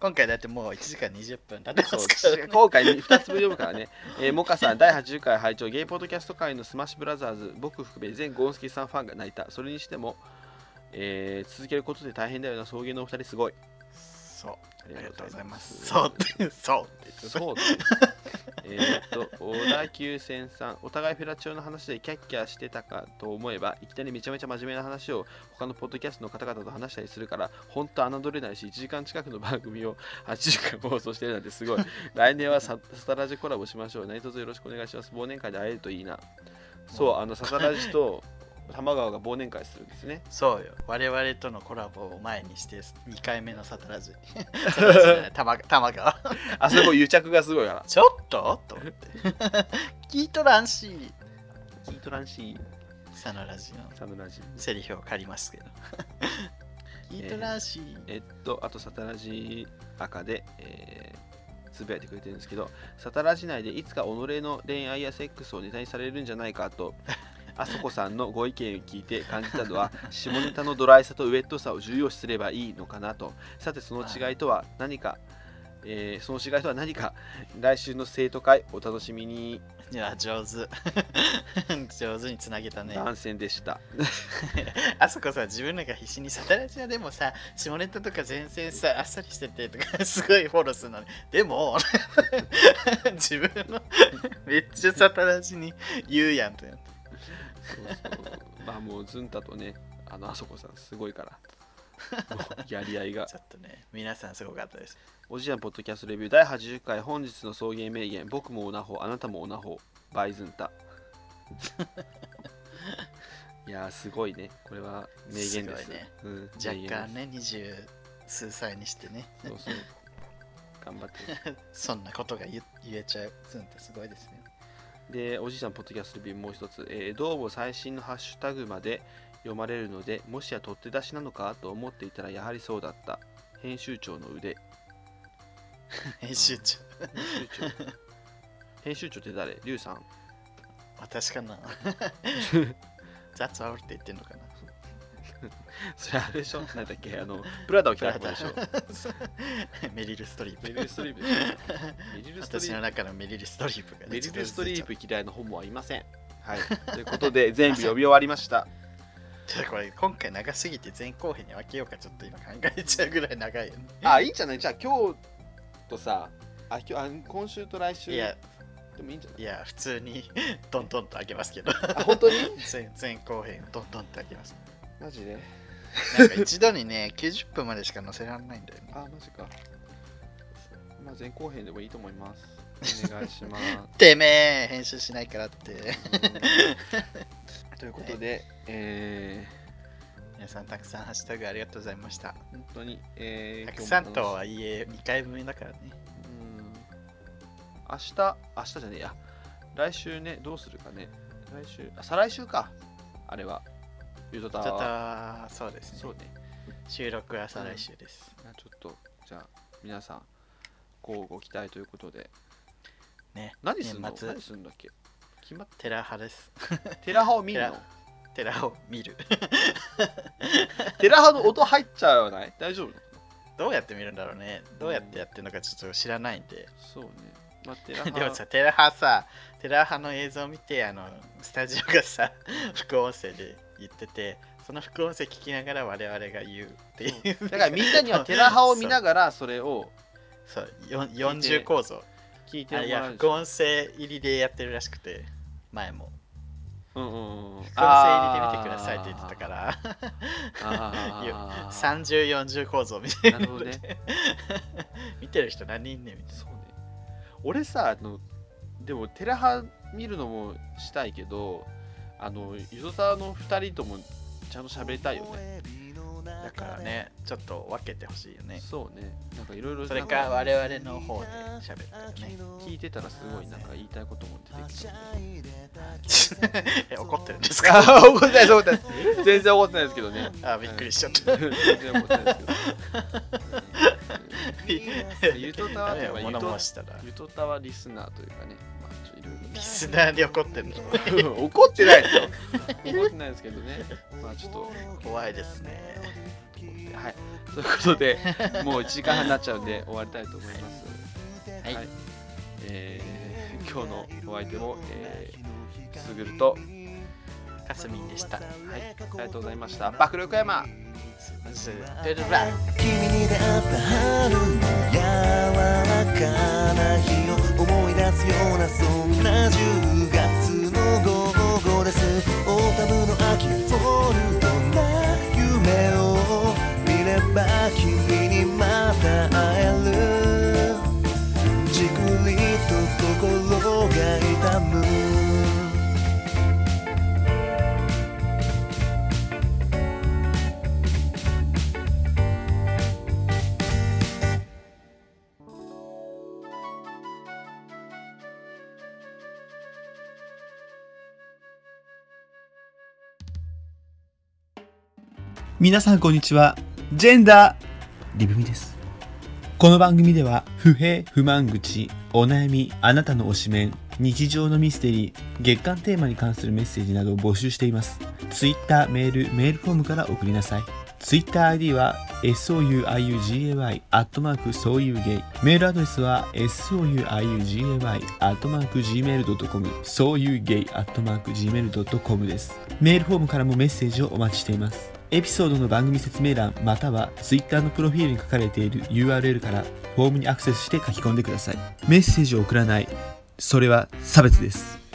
S1: 今回だってもう1時間20分経って
S2: そ
S1: ま
S2: う
S1: すからね。
S2: 今回2つ分読むからね。えー、モカさん、第80回拝聴ゲイポッドキャスト界のスマッシュブラザーズ、僕含め全ゴンスケさんファンが泣いた。それにしても、えー続けることで大変だよな、送迎のお二人すごい。
S1: そう
S2: あ
S1: ありがとうございます
S2: そ
S1: そううってそうって言って
S2: そうだねえーっと、小田急線さん、お互いフェラチオの話でキャッキャしてたかと思えば、いきなりめちゃめちゃ真面目な話を他のポッドキャストの方々と話したりするから、本当侮れないし、1時間近くの番組を8時間放送してるなんてすごい。来年はササタラジコラボしましょう。何卒よろしくお願いします。忘年会で会えるといいな。そう、あの、サタラジと玉川が忘年会するんですね。
S1: そうよ我々とのコラボを前にして2回目のサタラ (laughs) ジサタラジじゃない玉玉川
S2: (laughs) あそこ癒着がすごいから。
S1: ちょっとと思って聞いとらんし
S2: キートランシー、
S1: サナラジの
S2: サムラジ。
S1: セリフを借ります (laughs) けど聞いとらんし、
S2: えっと、あと、サタラジ赤で、えーつぶやいてくれてるんですけど、サタラジ内でいつか己の恋愛やセックスをネタにされるんじゃないか (laughs) と、あそこさんのご意見を聞いて感じたのは、下ネタのドライさとウェットさを重要視すればいいのかなと、さて、その違いとは何か、えーその違いとは何か、来週の生徒会、お楽しみに、
S1: いや上手 (laughs) 上手につなげたね
S2: 断線でした。
S1: あそこさ自分らが必死にサタラジアでもさ下ネタとか全然さあっさりしててとか (laughs) すごいフォローするのにでも (laughs) 自分のめっちゃサタラジに言うやんと
S2: そうそう (laughs) まあもう、ズンタとね、あの、あそこさん、すごいから、も (laughs) うやり合いが
S1: ち。ょっとね皆さんすごかったです
S2: おじやんポッドキャストレビュー第80回本日の送迎名言僕もオナホあなたもオナホバイズン
S1: (laughs)
S2: タいやーすごいねこれは名言です
S1: すごいね
S2: うん、
S1: 若
S2: 名言です
S1: 干ね二十数歳にしてね
S2: そうそう頑張って
S1: そんなことが言言えちゃうズンってすごいですね
S2: で、おじいさん、ポッドキャストレビューもう一つ、えーどうも最新のハッシュタグまで読まれるので、もしや取って出しなのかと思っていたら、やはりそうだった。編集長の腕。
S1: 編集長
S2: 編集
S1: (laughs)
S2: 長編集長って誰リュウさん。
S1: 私か
S2: (laughs)
S1: な雑は俺って言ってんのかな
S2: それあれでしょなんだっけあの、プラダを着た方でしょ
S1: (laughs) メリル・ストリープ
S2: メリル・ストリープでしょメリル・ストリ
S1: 私の
S2: ー
S1: 中のメリル・ストリープが
S2: プ
S1: ね
S2: メリル・ストリープ
S1: ち
S2: 嫌いのホモはいません。 (laughs) はい。ということで、全部読み終わりました。
S1: ょっとこれ今回長すぎて前後編に分けようかちょっと今考えちゃうぐらい長いよね
S2: あ、いいんじゃないじゃあ、今日とさ、あ今日あ今週と来週
S1: いや
S2: でもいいんじゃない
S1: いや普通にどんどんと上げますけど
S2: あ、本 (laughs) 当に
S1: 前前後編どんどんと上げます
S2: マジで
S1: なんか一度にね90分までしか載せられないんだよね
S2: あ、マジか。まあ、前後編でもいいと思い (laughs) ます。お願いします。
S1: てめえ編集しないから
S2: (laughs)
S1: って
S2: ということで、え
S1: 皆さんたくさんハッシュタグありがとうございました
S2: ー、本当に、えー、
S1: たくさんと
S2: 今日も楽し
S1: はいえ2回分だからね
S2: うん明日、明日じゃねえや。来週ね、どうするかね。来週、あ、再来週か。あれは。ゆとた
S1: ちょっ
S2: は。
S1: とそうですね
S2: そうね。
S1: 収録は再来週です、
S2: いやちょっと、じゃあ、皆さん、こうご期待ということで。
S1: ね
S2: 何すんの
S1: 年末
S2: 何すんだっけ決まっ
S1: テラ派です
S2: テラハを見るの
S1: テラを見る
S2: テラハの音入っちゃわない大丈夫
S1: どうやって見るんだろうねどうやってやってるのかちょっと知らないんで
S2: そうね。まあ、テラ
S1: (laughs) でも
S2: ハ
S1: さテラ派さテラ派の映像を見てあのスタジオがさ (laughs) 副音声で言っててその副音声聞きながら我々が言うっていう
S2: だからみんなにはテラハを見な
S1: が
S2: がらそれを
S1: らそうよん40構造
S2: 聞いて
S1: あ
S2: も
S1: い
S2: ら
S1: や
S2: うでし
S1: 副
S2: ょ。
S1: 音声入りでやってるらしくて前も
S2: うんうんうん。
S1: 副音声入りで見てくださいって言ってたから (laughs)
S2: ら
S1: 3040構造みたいな
S2: なる
S1: の
S2: ほ
S1: で
S2: どね
S1: (laughs) 見てる人何人いんねんみたい
S2: そうね。俺さ、あの、でもテラハ見るのもしたいけど、あの、ゆぞたの二人ともちゃんと喋りたいよね。
S1: なだからねちょっと分けてほしいよね
S2: そうね。なんかいろいろ
S1: それか我々の方で喋ったよね
S2: 聞いてたらすごいなんか言いたいことも出てきて。 (laughs)
S1: え怒ってるんですか
S2: あ、怒ってないです、怒ってないです。全然怒ってないですけどね。
S1: (laughs) あびっくりしちゃった。
S2: 全然思ってないですけ
S1: (laughs)
S2: どゆとた
S1: ダ
S2: わ
S1: メ
S2: と
S1: よ
S2: はゆ
S1: 物
S2: と
S1: 申したら。
S2: ゆとたわリスナーというかね、まあ、ちょっといろ
S1: リスナー (laughs) に怒ってるの。
S2: いろ怒ってないですよ。 (laughs) 怒ってないですけどね、まあちょっと、
S1: 怖いですね。
S2: はい。ということで、もう1時間半になっちゃうんで、終わりたいと思います。
S1: はい。
S2: えー今日のお相手も、えー、すぐると、
S1: かすみんでした
S2: はい、ありがとうございました。爆力山
S1: ズルルラ
S5: 君に出会った春の柔らかな日を思い出すようなそんな10月の午後ですオータムの秋フォルトな夢を見れば君にまた会えるじくりと心が痛む
S6: 皆さんこんにちはジェンダーリブミですこの番組では不平不満口お悩みあなたの推しメン日常のミステリー月間テーマに関するメッセージなどを募集していますツイッターメールメールフォームから送りなさいツイッター ID は souiugay アットマークそういうゲイメールアドレスは souiugay アットマーク gmail.com そういうゲイアットマーク gmail.com ですメールフォームからもメッセージをお待ちしていますエピソードの番組説明欄または Twitter のプロフィールに書かれている URL からフォームにアクセスして書き込んでくださいメッセージを送らないそれは差別です